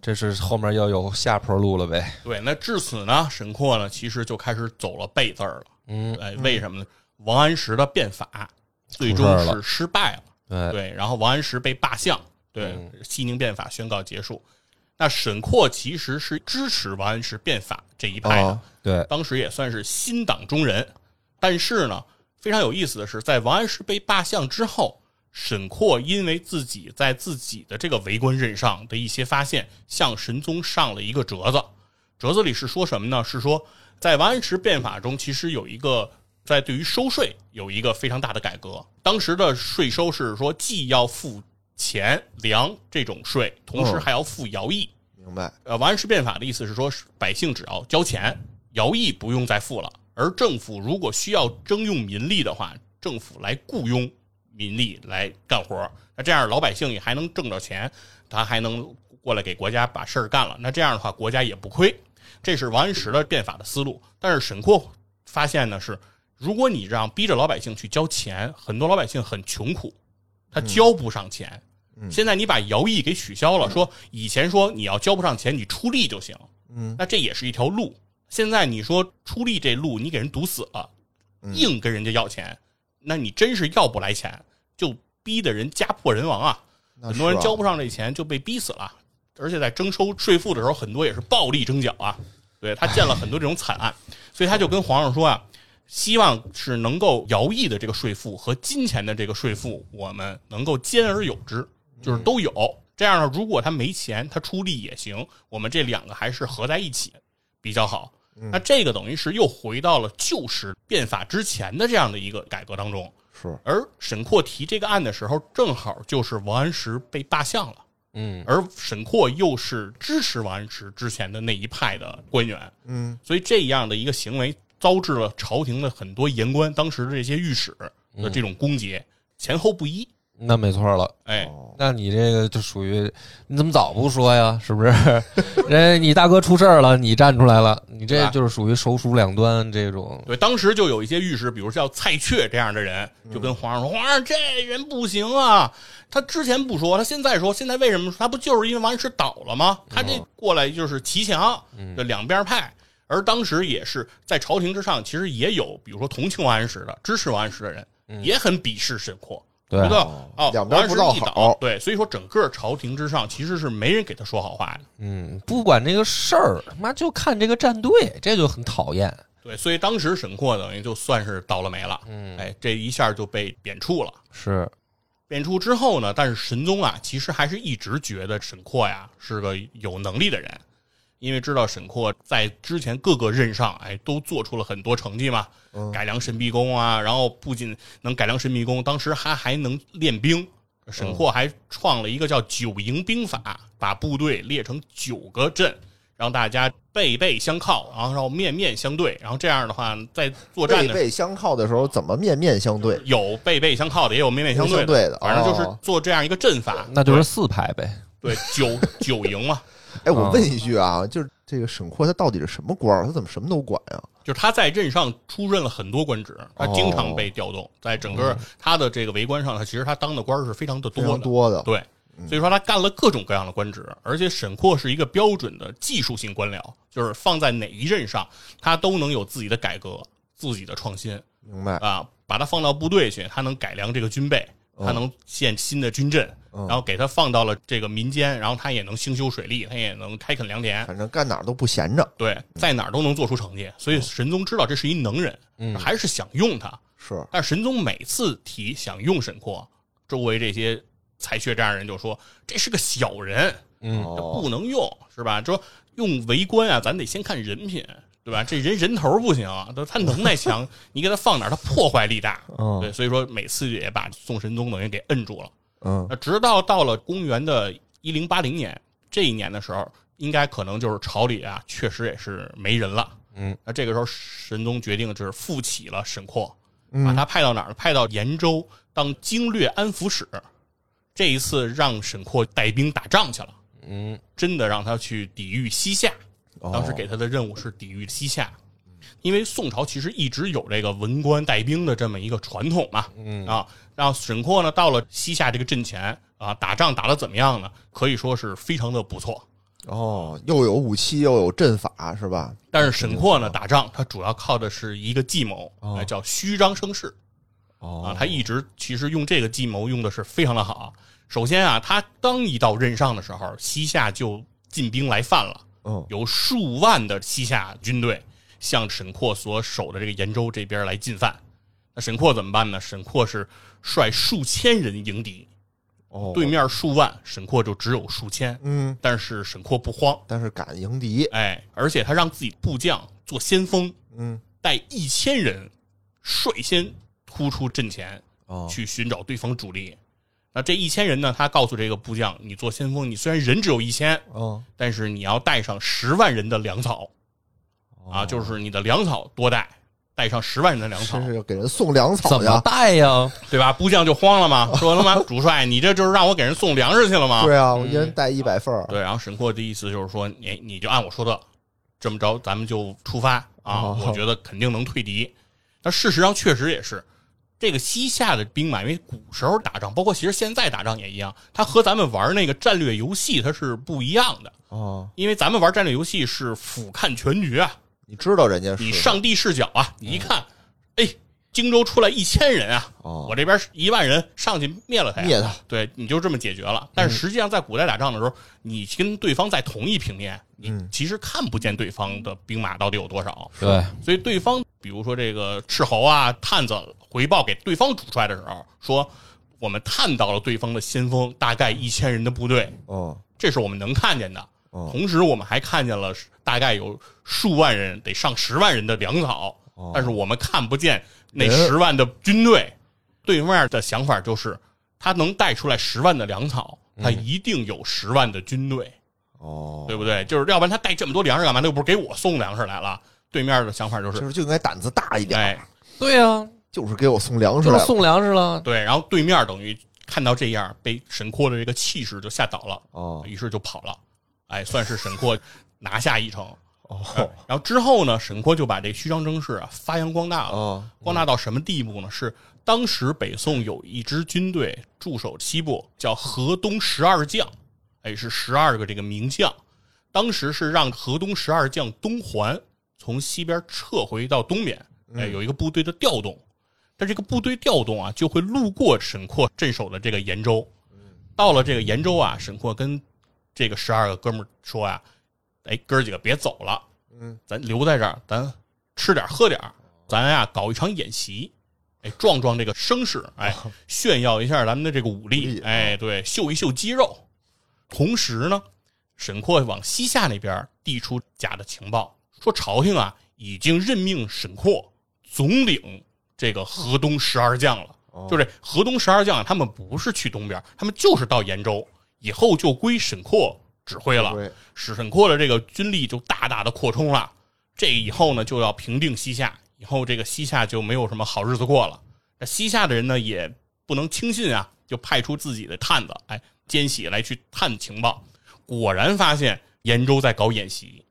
Speaker 2: 这是后面要有下坡路了呗？
Speaker 3: 对，那至此呢，沈括呢，其实就开始走了背字儿了。
Speaker 2: 嗯，
Speaker 3: 哎，为什么呢？王安石的变法最终
Speaker 2: 出事儿
Speaker 3: 是失败了，
Speaker 2: 对，嗯
Speaker 3: 对，然后王安石被罢相，对，熙宁变法宣告结束。那沈括其实是支持王安石变法这一派
Speaker 2: 哦
Speaker 3: 的，
Speaker 4: 啊
Speaker 2: 对，
Speaker 3: 当时也算是新党中人。但是呢，非常有意思的是，在王安石被罢相之后，沈括因为自己在自己的这个为官任上的一些发现，向神宗上了一个折子。折子里是说什么呢？是说在王安石变法中，其实有一个在对于收税有一个非常大的改革。当时的税收是说，既要付钱粮这种税，同时
Speaker 4: 嗯
Speaker 3: 还要付徭役。
Speaker 4: 明白
Speaker 3: 呃，王安石变法的意思是说，是百姓只要交钱，徭役不用再付了。而政府如果需要征用民力的话，政府来雇佣民力来干活儿，那这样老百姓也还能挣着钱，他还能过来给国家把事儿干了。那这样的话，国家也不亏。这是王安石的变法的思路。但是沈括发现呢是，如果你让逼着老百姓去交钱，很多老百姓很穷苦，他交不上钱。现在你把徭役给取消了，说以前说你要交不上钱，你出力就行。
Speaker 4: 嗯，
Speaker 3: 那这也是一条路。现在你说出力这路，你给人堵死了，硬跟人家要钱，那你真是要不来钱，就逼得人家破人亡啊！
Speaker 4: 那
Speaker 3: 很多
Speaker 4: 是
Speaker 3: 人
Speaker 4: 啊
Speaker 3: 交不上这钱就被逼死了，而且在征收税赋的时候，很多也是暴力征缴啊。对他见了很多这种惨案，所以他就跟皇上说啊，希望是能够徭役的这个税赋和金钱的这个税赋，我们能够兼而有之，就是都有。这样呢，如果他没钱，他出力也行，我们这两个还是合在一起比较好。
Speaker 4: 嗯
Speaker 3: 那这个等于是又回到了旧时变法之前的这样的一个改革当中。
Speaker 4: 是
Speaker 3: 而沈括提这个案的时候，正好就是王安石被罢相了。
Speaker 2: 嗯，
Speaker 3: 而沈括又是支持王安石之前的那一派的官员，
Speaker 4: 嗯，
Speaker 3: 所以这样的一个行为遭致了朝廷的很多言官，当时的这些御史
Speaker 4: 嗯
Speaker 3: 的这种攻讦，前后不一。
Speaker 2: 那没错了。
Speaker 3: 哎，
Speaker 4: 哦，
Speaker 2: 那你这个就属于，你怎么早不说呀？是不是？ 人家你大哥出事儿了，你站出来了，你
Speaker 3: 对啊
Speaker 2: 这
Speaker 3: 吧
Speaker 2: 就是属于首鼠两端这种。
Speaker 3: 对，当时就有一些御史，比如叫蔡确这样的人，就跟皇上说：“皇上，这人不行啊！他之前不说，他现在说，现在为什么说？他不就是因为王安石倒了吗？他这过来就是骑墙，这两边派。而当时也是在朝廷之上，其实也有，比如说同情王安石的、支持王安石的人，也很鄙视沈括，
Speaker 2: 对啊
Speaker 3: 觉得哦，
Speaker 4: 两边
Speaker 3: 王安石
Speaker 4: 不道
Speaker 3: 一
Speaker 4: 好
Speaker 3: 倒，对，所以说整个朝廷之上其实是没人给他说好话的。
Speaker 2: 嗯，不管这个事儿，妈就看这个战队，这就很讨厌。
Speaker 3: 对，所以当时沈括等于就算是倒了霉了，嗯，哎，这一下就被贬黜了。
Speaker 2: 是，
Speaker 3: 贬黜之后呢，但是神宗啊，其实还是一直觉得沈括呀是个有能力的人，因为知道沈括在之前各个任上，哎，都做出了很多成绩嘛，改良神臂弓啊，然后不仅能改良神臂弓，当时还还能练兵。沈括还创了一个叫九营兵法，把部队列成九个阵，让大家背背相靠，然后面面相对，然后这样的话，在作战
Speaker 4: 背
Speaker 3: 的
Speaker 4: 背相靠的时候怎么面面相对？
Speaker 3: 有背背相靠的，也有面面相
Speaker 4: 面相对
Speaker 3: 的
Speaker 4: 的，
Speaker 3: 反正就是
Speaker 4: 哦
Speaker 3: 做这样一个阵法，
Speaker 2: 那就是四排呗。
Speaker 3: 对 九九营嘛，
Speaker 4: 哎，我
Speaker 3: 嗯
Speaker 4: 问一句啊，就是这个沈括他到底是什么官儿？他怎么什么都管啊呀？
Speaker 3: 就是他在任上出任了很多官职，他经常被调
Speaker 4: 哦
Speaker 3: 动，在整个他的这个为官上，他其实他当的官儿是非常的
Speaker 4: 嗯非
Speaker 3: 多
Speaker 4: 常
Speaker 3: 的，
Speaker 4: 多的，嗯
Speaker 3: 对，所以说他干了各种各样的官职，而且沈括是一个标准的技术性官僚，就是放在哪一任上，他都能有自己的改革、自己的创新
Speaker 4: 明白？
Speaker 3: 啊，把他放到部队去，他能改良这个军备，他能建新的军阵。
Speaker 4: 嗯
Speaker 3: 然后给他放到了这个民间，然后他也能兴修水利，他也能开垦良田，
Speaker 4: 反正干哪儿都不闲着，
Speaker 3: 对，在哪儿都能做出成绩，所以神宗知道这是一能人，还是想用他。
Speaker 4: 是
Speaker 3: 但是神宗每次提想用沈括，周围这些才学这样的人就说这是个小人，
Speaker 4: 哦
Speaker 2: 嗯，
Speaker 3: 这不能用，是吧？说用为官啊，咱得先看人品，对吧？这人人头不行，啊他他能耐强，你给他放哪儿，他破坏力大。
Speaker 4: 嗯
Speaker 3: 对，所以说每次也把宋神宗等于给摁住了。
Speaker 4: 嗯
Speaker 3: 那直到到了公元的一零八零年这一年的时候，应该可能就是朝里啊，确实也是没人了。
Speaker 2: 嗯，
Speaker 3: 那这个时候神宗决定就是复起了沈括，把他派到哪儿？派到延州当经略安抚使。这一次让沈括带兵打仗去了，
Speaker 2: 嗯，
Speaker 3: 真的让他去抵御西夏。
Speaker 4: 哦
Speaker 3: 当时给他的任务是抵御西夏。因为宋朝其实一直有这个文官带兵的这么一个传统嘛，嗯啊，然后沈括呢到了西夏这个阵前啊，打仗打得怎么样呢？可以说是非常的不错。
Speaker 4: 哦，又有武器又有阵法是吧？
Speaker 3: 但是沈括呢打仗，他主要靠的是一个计谋，
Speaker 4: 嗯哦
Speaker 3: 哎叫虚张声势啊
Speaker 4: 哦，
Speaker 3: 他一直其实用这个计谋用的是非常的好。首先啊，他刚一到任上的时候，西夏就进兵来犯了。
Speaker 4: 嗯
Speaker 3: 有数万的西夏军队向沈括所守的这个延州这边来进犯。那沈括怎么办呢？沈括是率数千人迎敌，
Speaker 4: 哦，
Speaker 3: 对面数万，沈括就只有数千。
Speaker 4: 嗯，
Speaker 3: 但是沈括不慌，
Speaker 4: 但是敢迎敌，
Speaker 3: 哎，而且他让自己部将做先锋，
Speaker 4: 嗯，
Speaker 3: 带一千人率先突出阵前，
Speaker 4: 哦
Speaker 3: 去寻找对方主力。那这一千人呢？他告诉这个部将，你做先锋，你虽然人只有一千，
Speaker 4: 嗯
Speaker 3: 但
Speaker 4: 哦
Speaker 3: 是你要带上十万人的粮草，啊，就是你的粮草多带，带上十万人的粮草
Speaker 4: 真，是给人送粮草
Speaker 2: 怎么
Speaker 4: 呀！
Speaker 2: 带呀？
Speaker 3: 对吧？部将就慌 了嘛，说他妈主帅，你这就是让我给人送粮食去了吗？
Speaker 4: 对啊，我一人带一百份儿，
Speaker 3: 嗯对，然后沈括的意思就是说，你你就按我说的，这么着咱们就出发啊！
Speaker 4: 哦
Speaker 3: 我觉得肯定能退敌。但事实上确实也是，这个西夏的兵马，因为古时候打仗，包括其实现在打仗也一样，它和咱们玩那个战略游戏它是不一样的。
Speaker 4: 哦，
Speaker 3: 因为咱们玩战略游戏是俯瞰全局啊，
Speaker 4: 你知道人家是嗯
Speaker 3: 你上帝视角啊，你一看，哎，荆州出来一千人啊，
Speaker 4: 哦
Speaker 3: 我这边一万人上去灭了他呀，
Speaker 4: 灭他嗯
Speaker 3: 对，你就这么解决了。但是实际上，在古代打仗的时候，你跟对方在同一平面，你
Speaker 4: 嗯
Speaker 3: 其实看不见对方的兵马到底有多少，
Speaker 2: 对，
Speaker 3: 所以对方，比如说这个斥候啊、探子回报给对方主帅的时候，说我们探到了对方的先锋，大概一千人的部队，
Speaker 4: 哦
Speaker 3: 这是我们能看见的。
Speaker 4: 哦
Speaker 3: 同时，我们还看见了大概有数万人，得上十万人的粮草，但是我们看不见那
Speaker 4: 哦人
Speaker 3: 十万的军队。对面的想法就是，他能带出来十万的粮草，他一定有十万的军队，
Speaker 4: 嗯哦，
Speaker 3: 对不对？就是要不然他带这么多粮食干嘛？那又不是给我送粮食来了。对面的想法就，
Speaker 4: 就是是就应该胆子大一点儿，
Speaker 3: 哎，
Speaker 2: 对呀，
Speaker 4: 就是给我送粮食
Speaker 2: 就
Speaker 4: 来
Speaker 2: 是
Speaker 4: 了。
Speaker 2: 送粮食了。
Speaker 3: 对，然后对面等于看到这样，被沈括的这个气势就吓倒了，
Speaker 4: 哦
Speaker 3: 于是就跑了，哎，算是沈括拿下一城。哎
Speaker 4: 哦
Speaker 3: 然后之后呢，沈括就把这虚张声势啊发扬光大了。
Speaker 4: 哦
Speaker 3: 光大到什么地步呢？是当时北宋有一支军队驻守西部，叫河东十二将，哎，是十二个这个名将。当时是让河东十二将东还，从西边撤回到东边，哎，
Speaker 4: 嗯
Speaker 3: 有一个部队的调动。但这个部队调动啊，就会路过沈括镇守的这个延州。
Speaker 4: 嗯
Speaker 3: 到了这个延州啊，沈括跟这个十二个哥们儿说啊，哎，哥儿几个别走了，
Speaker 4: 嗯，
Speaker 3: 咱留在这儿，咱吃点儿喝点儿，咱呀、搞一场演习，哎，壮壮这个声势，哎，炫耀一下咱们的这个武
Speaker 4: 哦武
Speaker 3: 力
Speaker 4: 力，哦
Speaker 3: 哎，对，秀一秀肌肉。同时呢，沈括往西夏那边递出假的情报，说朝廷啊已经任命沈括总领这个河东十二将了。就这河东十二将啊，他们不是去东边，他们就是到延州，以后就归沈括指挥了。
Speaker 4: 对，
Speaker 3: 使沈括的这个军力就大大的扩充了。这以后呢，就要平定西夏，以后这个西夏就没有什么好日子过了。这西夏的人呢，也不能轻信啊，就派出自己的探子，哎，奸细来去探情报。果然发现延州在搞演习，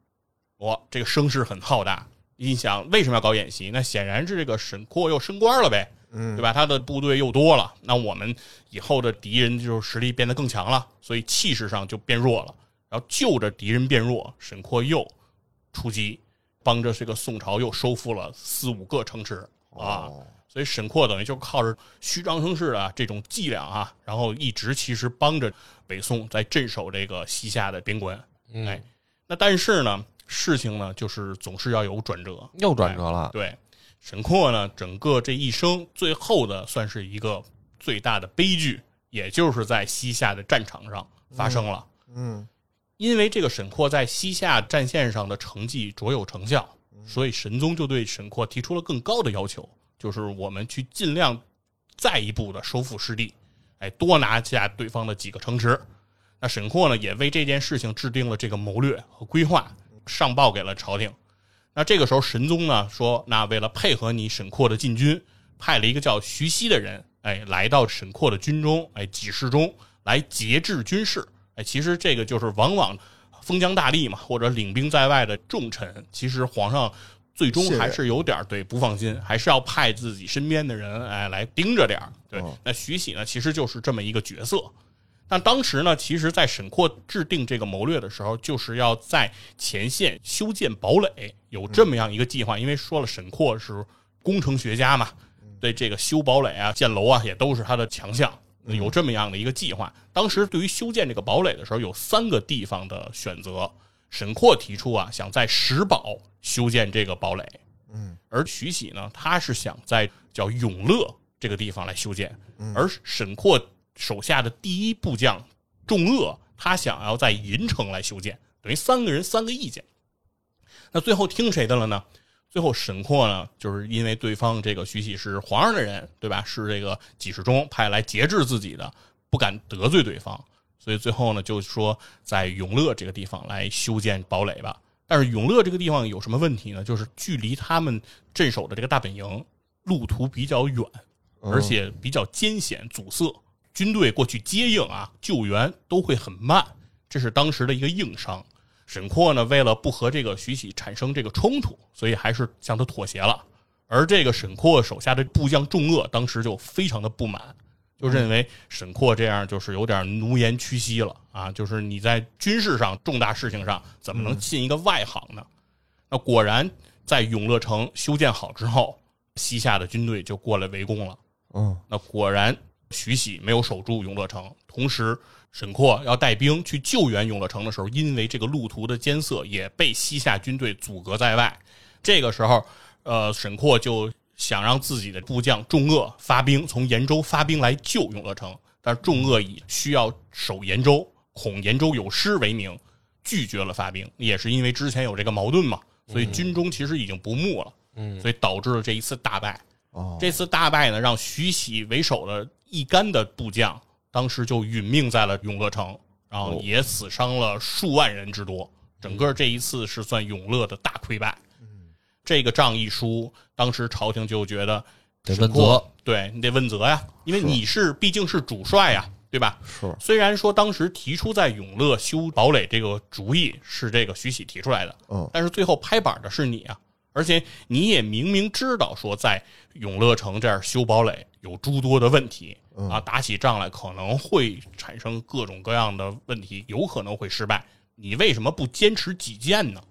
Speaker 3: 哇，这个声势很浩大。你想为什么要搞演习？那显然是这个沈括又升官了呗，
Speaker 4: 嗯
Speaker 3: 对吧？他的部队又多了，那我们以后的敌人就是实力变得更强了，所以气势上就变弱了。然后就着敌人变弱，沈括又出击，帮着这个宋朝又收复了四五个城池啊。
Speaker 4: 哦
Speaker 3: 所以沈括等于就靠着虚张声势的这种伎俩啊，然后一直其实帮着北宋在镇守这个西夏的边关。哎，那但是呢，事情呢就是总是要有转折。
Speaker 2: 又转折了，
Speaker 3: 对，沈括呢，整个这一生最后的算是一个最大的悲剧，也就是在西夏的战场上发生了。
Speaker 4: 嗯
Speaker 3: 因为这个沈括在西夏战线上的成绩卓有成效，所以神宗就对沈括提出了更高的要求，就是我们去尽量再一步的收复失地，哎，多拿下对方的几个城池。那沈括呢，也为这件事情制定了这个谋略和规划，上报给了朝廷。那这个时候，神宗呢说，那为了配合你沈括的进军，派了一个叫徐熙的人，哎，来到沈括的军中，哎，几事中来节制军事。哎，其实这个就是往往封疆大吏嘛，或者领兵在外的重臣，其实皇上最终
Speaker 4: 信任
Speaker 3: 还是有点儿对不放心，还是要派自己身边的人哎来盯着点儿。对
Speaker 4: 哦，
Speaker 3: 那徐喜呢，其实就是这么一个角色。但当时呢，其实，在沈括制定这个谋略的时候，就是要在前线修建堡垒，有这么样一个计划。因为说了，沈括是工程学家嘛，对这个修堡垒啊、建楼啊，也都是他的强项。有这么样的一个计划。当时对于修建这个堡垒的时候，有三个地方的选择。沈括提出啊，想在石堡修建这个堡垒，
Speaker 4: 嗯，
Speaker 3: 而徐喜呢，他是想在叫永乐这个地方来修建，而沈括手下的第一部将仲鄂，他想要在银城来修建，等于三个人三个意见。那最后听谁的了呢？最后沈括呢，就是因为对方这个徐喜是皇上的人，对吧？是这个几世中派来节制自己的，不敢得罪对方，所以最后呢，就说在永乐这个地方来修建堡垒吧。但是永乐这个地方有什么问题呢？就是距离他们镇守的这个大本营路途比较远，
Speaker 4: 嗯
Speaker 3: 而且比较艰险阻塞，军队过去接应啊救援都会很慢，这是当时的一个硬伤。沈括呢，为了不和这个徐喜产生这个冲突，所以还是向他妥协了。而这个沈括手下的部将众恶，当时就非常的不满，就认为沈括这样就是有点奴颜屈膝了啊！就是你在军事上重大事情上，怎么能进一个外行呢？那果然，在永乐城修建好之后，西夏的军队就过来围攻了。
Speaker 4: 嗯
Speaker 3: 那果然徐喜没有守住永乐城，同时沈括要带兵去救援永乐城的时候，因为这个路途的艰涩，也被西夏军队阻隔在外。这个时候，呃，沈括就想让自己的部将众恶发兵，从延州发兵来救永乐城，但是众恶以需要守延州，恐延州有失为名，拒绝了发兵，也是因为之前有这个矛盾嘛，所以军中其实已经不睦了，
Speaker 2: 嗯
Speaker 3: 所以导致了这一次大败。
Speaker 4: 哦，
Speaker 3: 这次大败呢，让徐喜为首的一干的部将，当时就殒命在了永乐城，然后也死伤了数万人之多。整个这一次是算永乐的大溃败。这个仗一输，当时朝廷就觉得
Speaker 2: 得
Speaker 3: 沈
Speaker 2: 问
Speaker 3: 括
Speaker 2: 责，
Speaker 3: 对你得问责呀，因为你是毕竟是主帅呀，对吧？
Speaker 4: 是
Speaker 3: 虽然说当时提出在永乐修堡垒这个主意是这个徐喜提出来的，
Speaker 4: 嗯
Speaker 3: 但是最后拍板的是你啊，而且你也明明知道说在永乐城这儿修堡垒有诸多的问题
Speaker 4: 嗯
Speaker 3: 啊，打起仗来可能会产生各种各样的问题，有可能会失败，你为什么不坚持己见呢？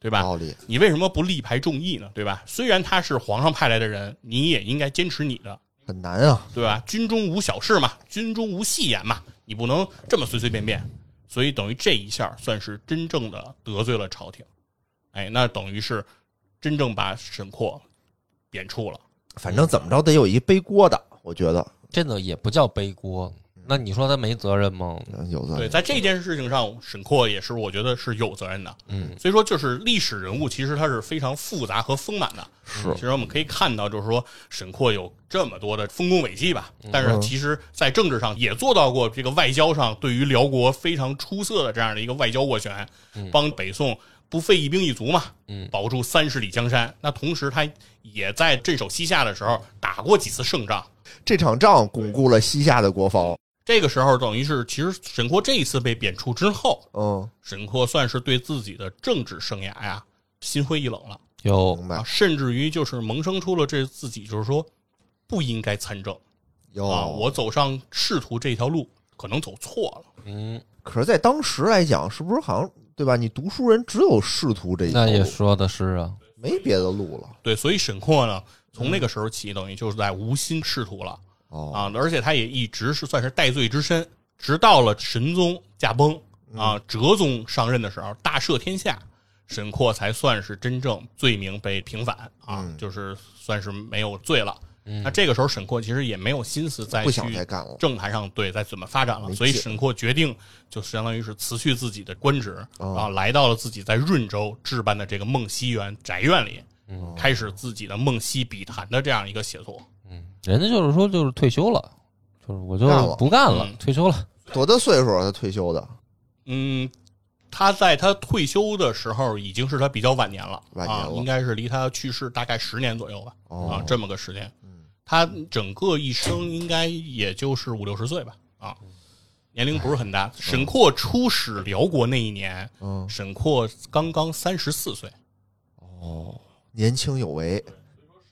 Speaker 3: 对吧？
Speaker 4: 道理
Speaker 3: 你为什么不力排众议呢？对吧？虽然他是皇上派来的人，你也应该坚持你的。
Speaker 4: 很难啊，
Speaker 3: 对吧？军中无小事嘛，军中无戏言嘛，你不能这么随随便便。所以等于这一下算是真正的得罪了朝廷，哎，那等于是真正把沈括贬黜了。
Speaker 4: 反正怎么着得有一背锅的，我觉得
Speaker 2: 这个也不叫背锅。那你说他没责任吗？
Speaker 4: 嗯有的
Speaker 3: 对，在这件事情上，沈括也是我觉得是有责任的。
Speaker 2: 嗯，
Speaker 3: 所以说就是历史人物其实他是非常复杂和丰满的。嗯
Speaker 4: 是
Speaker 3: 其实我们可以看到，就是说沈括有这么多的丰功伟绩吧，但是其实在政治上也做到过这个外交上对于辽国非常出色的这样的一个外交斡旋，帮北宋不费一兵一卒嘛，
Speaker 2: 嗯
Speaker 3: 保住三十里江山。那同时他也在镇守西夏的时候打过几次胜仗。
Speaker 4: 这场仗巩固了西夏的国防，
Speaker 3: 这个时候等于是，其实沈括这一次被贬黜之后，
Speaker 4: 嗯，
Speaker 3: 沈括算是对自己的政治生涯呀心灰意冷了。
Speaker 2: 有
Speaker 4: 明
Speaker 3: 啊，
Speaker 4: 白
Speaker 3: 甚至于就是萌生出了这自己就是说不应该参政
Speaker 4: 有
Speaker 3: 啊，我走上仕途这条路可能走错了。
Speaker 2: 嗯，
Speaker 4: 可是，在当时来讲，是不是好像对吧？你读书人只有仕途这一条
Speaker 2: 那
Speaker 4: 路，
Speaker 2: 也说的是啊，
Speaker 4: 没别的路了。
Speaker 3: 对，所以沈括呢，从那个时候起，等于就是在无心仕途了
Speaker 4: 哦，
Speaker 3: 啊，而且他也一直是算是戴罪之身，直到了神宗驾崩
Speaker 4: 嗯
Speaker 3: 啊，哲宗上任的时候大赦天下。沈括才算是真正罪名被平反啊，
Speaker 4: 嗯
Speaker 3: 就是算是没有罪了。那这个时候，沈括其实也没有心思再
Speaker 4: 不想
Speaker 3: 去
Speaker 4: 再干了。
Speaker 3: 政坛上对在怎么发展了，
Speaker 4: 没
Speaker 3: 所以
Speaker 4: 劲
Speaker 3: 沈括决定就相当于是辞去自己的官职，
Speaker 4: 哦
Speaker 3: 然后来到了自己在润州置办的这个梦溪园宅院里，开始自己的梦溪笔谈的这样一个写作。
Speaker 2: 人家就是说就是退休了，就是我就
Speaker 4: 干了
Speaker 2: 不干了，
Speaker 3: 嗯
Speaker 2: 退休了。
Speaker 4: 多大岁数啊？他退休的
Speaker 3: 嗯，他在他退休的时候已经是他比较晚年了，
Speaker 4: 晚年
Speaker 3: 啊
Speaker 4: 了，
Speaker 3: 应该是离他去世大概十年左右吧，
Speaker 4: 哦嗯
Speaker 3: 啊，这么个时间。他整个一生应该也就是五六十岁吧，啊，
Speaker 4: 嗯
Speaker 3: 年龄不是很
Speaker 4: 哎
Speaker 3: 大。沈括出使辽国那一年，
Speaker 4: 嗯
Speaker 3: 沈括刚刚三十四岁，
Speaker 4: 年轻有为，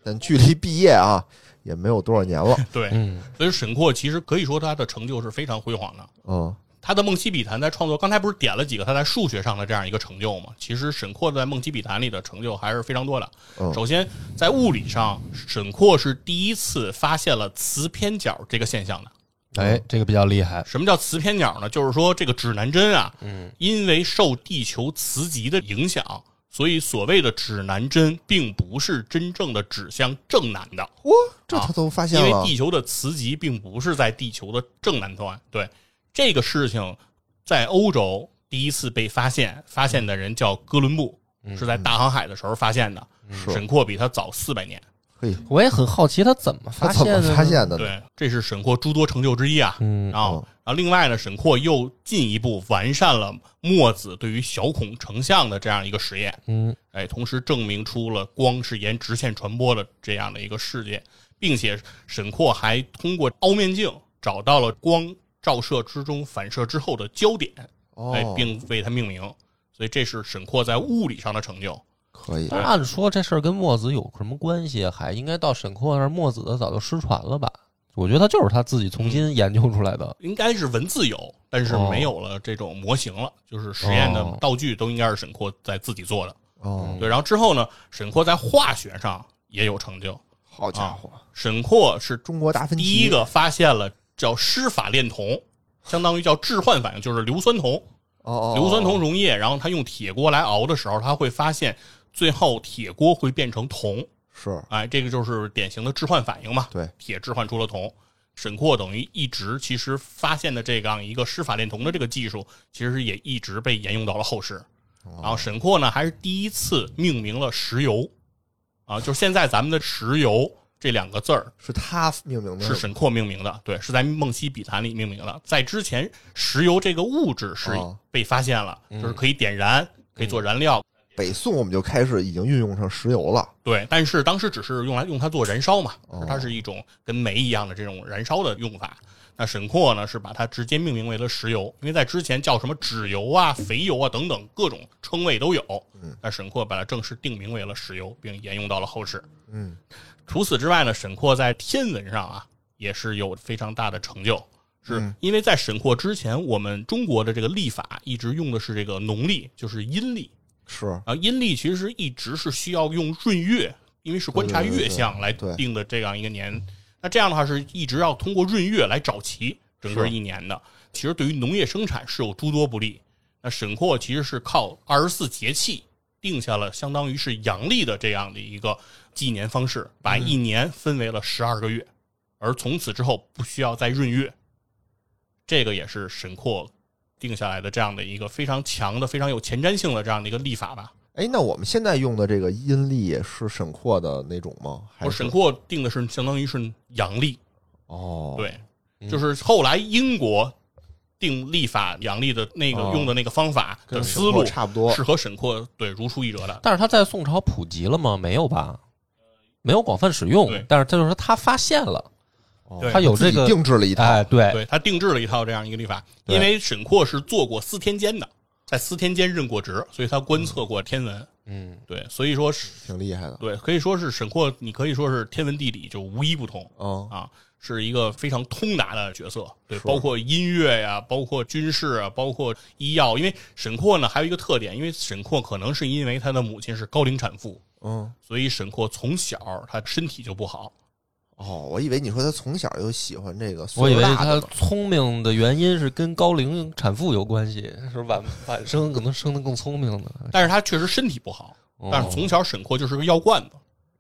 Speaker 4: 但距离毕业啊也没有多少年了。
Speaker 3: 对，
Speaker 2: 嗯
Speaker 3: 所以沈括其实可以说他的成就是非常辉煌的。
Speaker 4: 嗯，
Speaker 3: 他的《梦溪笔谈》在创作，刚才不是点了几个他在数学上的这样一个成就吗？其实沈括在《梦溪笔谈》里的成就还是非常多的。
Speaker 4: 嗯
Speaker 3: 首先，在物理上，沈括是第一次发现了磁偏角这个现象的。
Speaker 2: 哎，这个比较厉害。
Speaker 3: 什么叫磁偏角呢？就是说这个指南针啊，嗯，因为受地球磁极的影响，所以所谓的指南针并不是真正的指向正南的。
Speaker 4: 哇，这他都发现
Speaker 3: 因
Speaker 4: 了
Speaker 3: 为地。球的磁极并不是在地球的正南端。对这个事情，在欧洲第一次被发现，发现
Speaker 4: 嗯
Speaker 3: 的人叫哥伦布，是在大航海的时候发现的。沈括比他早四百年，
Speaker 4: 嘿，
Speaker 2: 我也很好奇他怎么
Speaker 4: 他
Speaker 2: 发
Speaker 4: 怎
Speaker 2: 现
Speaker 4: 么
Speaker 2: 的呢
Speaker 4: 发？现的呢？
Speaker 3: 对，这是沈括诸多成就之一啊。
Speaker 2: 嗯，
Speaker 3: 啊，
Speaker 4: 嗯
Speaker 3: 然后另外呢，沈括又进一步完善了墨子对于小孔成像的这样一个实验，
Speaker 2: 嗯，
Speaker 3: 哎，同时证明出了光是沿直线传播的这样的一个世界，并且沈括还通过凹面镜找到了光照射之中反射之后的焦点，哎
Speaker 4: 哦，，
Speaker 3: 并为它命名，所以这是沈括在物理上的成就。
Speaker 4: 可以，
Speaker 2: 但按说这事儿跟墨子有什么关系啊？还应该到沈括那儿，墨子的早就失传了吧？我觉得他就是他自己重新研究出来的。
Speaker 3: 应该是文字有，但是
Speaker 2: 哦
Speaker 3: 没有了这种模型了，就是实验的
Speaker 2: 哦嗯
Speaker 3: 道具都应该是沈括在自己做的。
Speaker 4: 哦，
Speaker 3: 对，然后之后呢，沈括在化学上也有成就。
Speaker 4: 好家伙，
Speaker 3: 沈括是
Speaker 4: 啊中国达芬奇哦
Speaker 3: 第一个发现了叫施法炼铜，相当于叫置换反应，就是硫酸铜。
Speaker 4: 哦，哦
Speaker 3: 硫酸铜
Speaker 4: 哦
Speaker 3: 溶液，然后他用铁锅来熬的时候，他会发现最后铁锅会变成铜。
Speaker 4: 是
Speaker 3: 哎，这个就是典型的置换反应嘛。
Speaker 4: 对，
Speaker 3: 铁置换出了铜。沈括等于一直其实发现的这样一个施法炼铜的这个技术，其实也一直被沿用到了后世。
Speaker 4: 哦
Speaker 3: 然后沈括呢，还是第一次命名了石油，啊，就是现在咱们的石油这两个字儿
Speaker 4: 是他命名的，
Speaker 3: 是沈括命名的，对，是在《梦溪笔谈》里命名的。在之前，石油这个物质是
Speaker 4: 哦
Speaker 3: 被发现了，就是可以点燃，可以做燃料，
Speaker 4: 北宋我们就开始已经运用上石油了，
Speaker 3: 对，但是当时只是用来用它做燃烧嘛，它是一种跟煤一样的这种燃烧的用法。那沈括呢是把它直接命名为了石油，因为在之前叫什么脂油啊、肥油啊等等各种称谓都有。嗯，那沈括把它正式定名为了石油，并沿用到了后世。
Speaker 4: 嗯，
Speaker 3: 除此之外呢，沈括在天文上啊也是有非常大的成就，是因为在沈括之前，我们中国的这个历法一直用的是这个农历，就是阴历。
Speaker 4: 是
Speaker 3: 啊，阴历其实一直是需要用闰月，因为是观察
Speaker 4: 对对对
Speaker 3: 月相来
Speaker 4: 对
Speaker 3: 定的这样一个年。那这样的话是一直要通过闰月来找齐整个
Speaker 4: 是
Speaker 3: 一年的。其实对于农业生产是有诸多不利。那沈括其实是靠二十四节气定下了相当于是阳历的这样的一个纪年方式，把
Speaker 4: 嗯
Speaker 3: 一年分为了十二个月，而从此之后不需要再闰月。这个也是沈括定下来的这样的一个非常强的、非常有前瞻性的这样的一个历法吧。
Speaker 4: 哎，那我们现在用的这个阴历也是沈括的那种吗？还
Speaker 3: 我
Speaker 4: 是
Speaker 3: 哦沈括定的是相当于是阳历，
Speaker 4: 哦，，
Speaker 3: 对，就是后来英国定立法阳历的那个
Speaker 4: 哦
Speaker 3: 用的那个方法的
Speaker 4: 跟
Speaker 3: 思
Speaker 4: 沈括
Speaker 3: 路
Speaker 4: 差不多
Speaker 3: 是和沈括对如出一辙的。
Speaker 2: 但是他在宋朝普及了吗？没有吧，没有广泛使用
Speaker 3: 对。
Speaker 2: 但是他就是说他发现了，
Speaker 3: 对
Speaker 2: 他有这
Speaker 4: 哦自
Speaker 2: 个
Speaker 4: 己定制了一套，
Speaker 2: 哎，对，
Speaker 3: 对他定制了一套这样一个历法，
Speaker 4: 对
Speaker 3: 因为沈括是做过司天监的，在司天监任过职，所以他观测过天文。
Speaker 2: 嗯，
Speaker 3: 对，所以说是
Speaker 4: 挺厉害的，
Speaker 3: 对，可以说是沈括，你可以说是天文地理就无一不通。
Speaker 4: 嗯，
Speaker 3: 啊，是一个非常通达的角色，对，
Speaker 4: 是
Speaker 3: 包括音乐呀、包括军事啊，包括医药。因为沈括呢，还有一个特点，因为沈括可能是因为他的母亲是高龄产妇，
Speaker 4: 嗯，
Speaker 3: 所以沈括从小他身体就不好。
Speaker 4: 哦，我以为你说他从小就喜欢这个，
Speaker 2: 我以为
Speaker 4: 他
Speaker 2: 他聪明的原因是跟高龄产妇有关系，是晚晚生可能生的更聪明呢。
Speaker 3: 但是他确实身体不好，
Speaker 2: 哎哦
Speaker 3: 但是从小沈括就是个药罐子。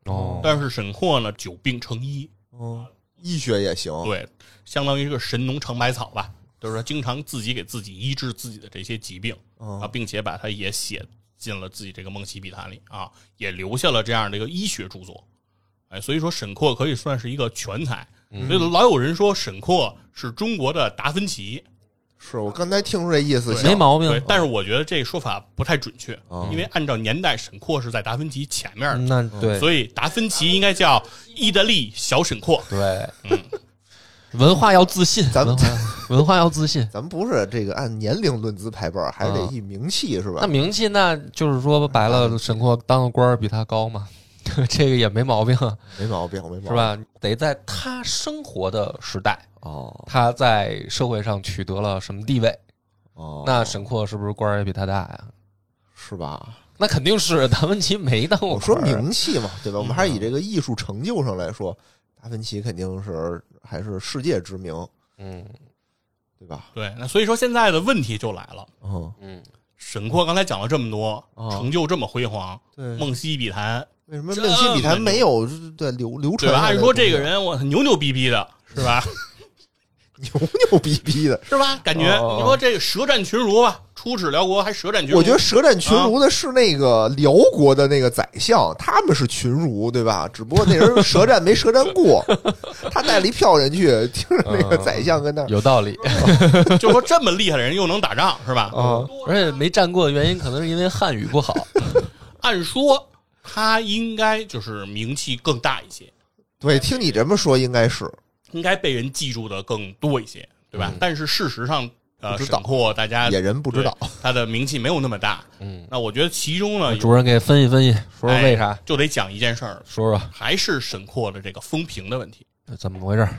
Speaker 2: 哦，
Speaker 3: 但是沈括呢，久病成医，
Speaker 4: 嗯，医学也行，
Speaker 2: 哦
Speaker 3: 对，相当于是个神农尝百草吧，就是说经常自己给自己医治自己的这些疾病。啊，
Speaker 4: 嗯，
Speaker 3: 并且把它也写进了自己这个《梦溪笔谈》里啊，也留下了这样的一个医学著作。哎，所以说沈括可以算是一个全才。
Speaker 4: 嗯
Speaker 3: 所以老有人说沈括是中国的达芬奇，
Speaker 4: 是我刚才听出这意思，
Speaker 2: 没
Speaker 4: 像
Speaker 2: 毛病
Speaker 3: 对，。但是我觉得这个说法不太准确，
Speaker 4: 啊
Speaker 3: 因为按照年代，沈括是在达芬奇前
Speaker 4: 嗯
Speaker 3: 面的，
Speaker 2: 嗯那对
Speaker 3: 所以达芬奇应该叫意大利小沈括。
Speaker 2: 对，
Speaker 3: 嗯
Speaker 2: 文化要自信，
Speaker 4: 咱们
Speaker 2: 文化文化要自信。
Speaker 4: 咱们不是这个按年龄论资排辈儿，还是得
Speaker 2: 嗯
Speaker 4: 以名气是
Speaker 2: 那
Speaker 4: 吧？嗯
Speaker 2: 名气，那就是说白了，沈括当的官儿比他高嘛， 这个也没毛病，
Speaker 4: 没毛病，没毛病，
Speaker 2: 是？吧？得在他生活的时代，
Speaker 4: 哦
Speaker 2: 他在社会上取得了什么地位？
Speaker 4: 哦，
Speaker 2: 那沈括是不是官儿也比他大呀？
Speaker 4: 是吧？
Speaker 2: 那肯定是达芬奇没当过
Speaker 4: 我说
Speaker 2: 官儿啊
Speaker 4: 名气嘛，对吧？我们还是以这个艺术成就上来说，达芬奇肯定是还是世界知名，
Speaker 2: 嗯
Speaker 4: 对吧？
Speaker 3: 对，那所以说现在的问题就来了，
Speaker 4: 嗯，
Speaker 2: 嗯，
Speaker 3: 沈括刚才讲了这么多，
Speaker 4: 哦
Speaker 3: 成就这么辉煌，
Speaker 4: 对
Speaker 3: 《梦溪笔谈》
Speaker 4: 为什么
Speaker 3: 这
Speaker 4: 命西比他
Speaker 3: 么
Speaker 4: 没有就是对流流
Speaker 3: 对
Speaker 4: 传
Speaker 3: 吧？
Speaker 4: 下来
Speaker 3: 按
Speaker 4: 的啊
Speaker 3: 说
Speaker 4: 东西
Speaker 3: 这个人我牛牛逼逼的，是吧？
Speaker 4: 牛牛逼逼的。
Speaker 3: 是吧？感觉
Speaker 4: 哦
Speaker 3: 你说这舌战群儒吧，出使辽国还舌战群儒。
Speaker 4: 我觉得舌战群
Speaker 3: 啊
Speaker 4: 儒的是那个辽国的那个宰相，他们是群儒，对吧？只不过那人舌战没舌战 过，他带了一票人去，听着那个宰相跟那儿
Speaker 3: 嗯
Speaker 2: 有道 理。
Speaker 3: 就说这么厉害的人又能打仗，是吧？
Speaker 4: 啊，
Speaker 2: 而且没战过的原因，可能是因为汉语不
Speaker 4: 哎
Speaker 2: 好。
Speaker 3: 按说他应该就是名气更大一些，
Speaker 4: 对，听你这么说应该是
Speaker 3: 应该被人记住的更多一些，对吧？但是事实上，呃，
Speaker 4: 嗯不知道
Speaker 3: 沈括大家
Speaker 4: 野人不知道，
Speaker 3: 对他的名气没有那么大。
Speaker 2: 嗯，
Speaker 3: 那我觉得其中呢，
Speaker 2: 主任给分析分析，说说
Speaker 3: 哎
Speaker 2: 为啥？
Speaker 3: 就得讲一件事儿，
Speaker 2: 说说
Speaker 3: 还是沈括的这个风评的问题。
Speaker 2: 怎么回事儿？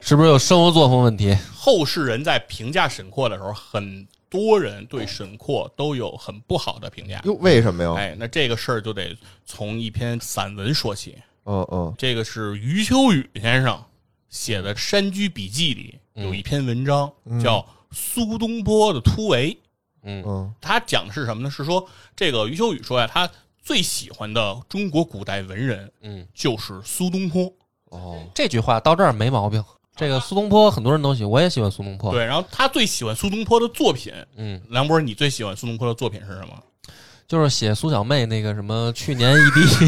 Speaker 2: 是不是有生活作风问题？
Speaker 3: 后世人在评价沈括的时候，很多人对沈括都有很不好的评价。
Speaker 4: 哟，为什么呀？
Speaker 3: 哎，那这个事儿就得从一篇散文说起。
Speaker 4: 嗯嗯，
Speaker 3: 这个是余秋雨先生写的《山居笔记》里有一篇文章，叫《苏东坡的突围》。
Speaker 2: 嗯
Speaker 4: 嗯
Speaker 3: 他讲的是什么呢？是说这个余秋雨说呀、他最喜欢的中国古代文人
Speaker 2: 嗯，
Speaker 3: 就是苏东坡。
Speaker 2: 哦，这句话到这儿没毛病。这个苏东坡很多人都喜欢，我也喜欢苏东坡。，
Speaker 3: 对，然后他最喜欢苏东坡的作品。
Speaker 2: 哦嗯，
Speaker 3: 梁博，你最喜欢苏东坡的作品是什么？
Speaker 2: 就是写苏小妹那个什么，去年一滴，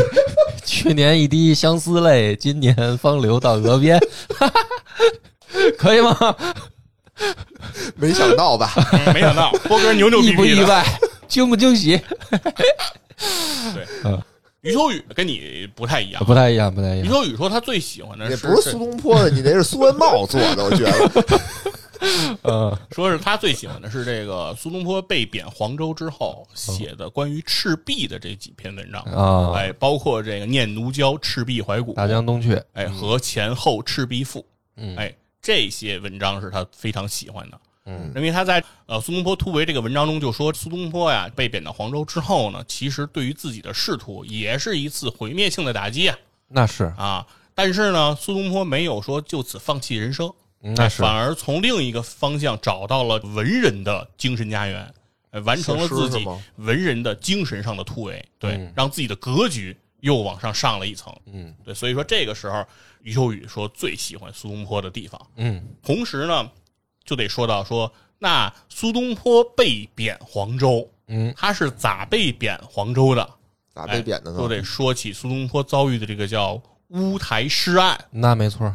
Speaker 2: 去年一滴相思泪，今年方流到额边，可以吗？
Speaker 4: 没想到吧？
Speaker 3: 嗯没想到波哥牛牛逼
Speaker 2: 意
Speaker 3: 逼
Speaker 2: 不
Speaker 3: 的
Speaker 2: 意外？惊不惊喜？
Speaker 3: 余秋雨跟你不太一样。
Speaker 2: 不太一样，不太一
Speaker 3: 余
Speaker 2: 样。
Speaker 3: 秋雨说他最喜欢的
Speaker 4: 也
Speaker 3: 是
Speaker 4: 不是苏东坡的，你那是苏文茂做的，我觉 得。
Speaker 2: 嗯
Speaker 3: 说是他最喜欢的是这个苏东坡被贬黄州之后写的关于赤壁的这几篇文章，
Speaker 2: 啊，
Speaker 3: 哎，包括这个《念奴娇·赤壁怀古
Speaker 2: 大》，江东去，
Speaker 3: 哎，和《前后赤壁赋》，
Speaker 2: 嗯
Speaker 3: 哎，这些文章是他非常喜欢的。
Speaker 2: 嗯，
Speaker 3: 因为他在呃苏东坡突围这个文章中就说，苏东坡呀被贬到黄州之后呢，其实对于自己的仕途也是一次毁灭性的打击啊
Speaker 2: 那是，
Speaker 3: 啊！但是呢，苏东坡没有说就此放弃人生，
Speaker 2: 嗯那是
Speaker 3: 反而从另一个方向找到了文人的精神家园，呃完成了
Speaker 4: 写诗
Speaker 3: 自
Speaker 4: 是
Speaker 3: 己
Speaker 4: 吗
Speaker 3: 文人的精神上的突围，对，
Speaker 2: 嗯
Speaker 3: 让自己的格局又往上上了一层。
Speaker 2: 嗯，
Speaker 3: 对，所以说这个时候，余秋雨说最喜欢苏东坡的地方。
Speaker 2: 嗯
Speaker 3: 同时呢，就得说到说，那苏东坡被贬黄州，
Speaker 2: 嗯，
Speaker 3: 他是咋被贬黄州的？
Speaker 4: 咋被贬的
Speaker 3: 哎就
Speaker 4: 呢？
Speaker 3: 得说起苏东坡遭遇的这个叫乌台诗案。
Speaker 2: 那没错儿。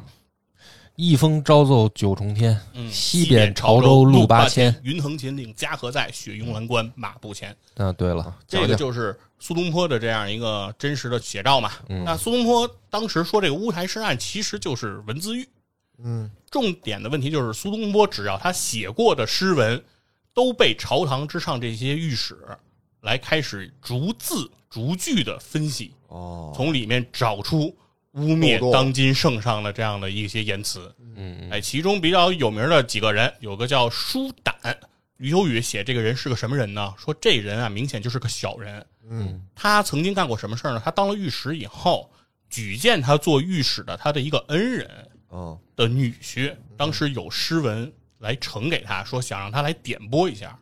Speaker 2: 一风招奏九重天，
Speaker 3: 嗯
Speaker 2: 西贬潮州路八千。，
Speaker 3: 云横秦岭家何在？雪拥蓝关马不前。
Speaker 2: 啊，对了，
Speaker 3: 这
Speaker 4: 讲
Speaker 3: 个
Speaker 4: 讲
Speaker 3: 就是苏东坡的这样一个真实的写照嘛。
Speaker 2: 嗯
Speaker 3: 那苏东坡当时说这个乌台诗案其实就是文字狱，
Speaker 4: 嗯，
Speaker 3: 重点的问题就是苏东坡只要他写过的诗文都被朝堂之上这些御史来开始逐字逐句的分析，
Speaker 4: 哦，
Speaker 3: 从里面找出污
Speaker 4: 漏
Speaker 3: 蔑
Speaker 4: 洞
Speaker 3: 当今圣上的这样的一些言辞。
Speaker 2: 嗯
Speaker 3: 哎，其中比较有名的几个人，有个叫舒胆，余秋雨写这个人是个什么人呢？说这人啊，明显就是个小人。
Speaker 4: 嗯，
Speaker 3: 他曾经干过什么事儿呢？他当了御史以后，举荐他做御史的他的一个恩人
Speaker 4: 嗯
Speaker 3: 的女婿，当时有诗文来呈给他，说想让他来点拨一下。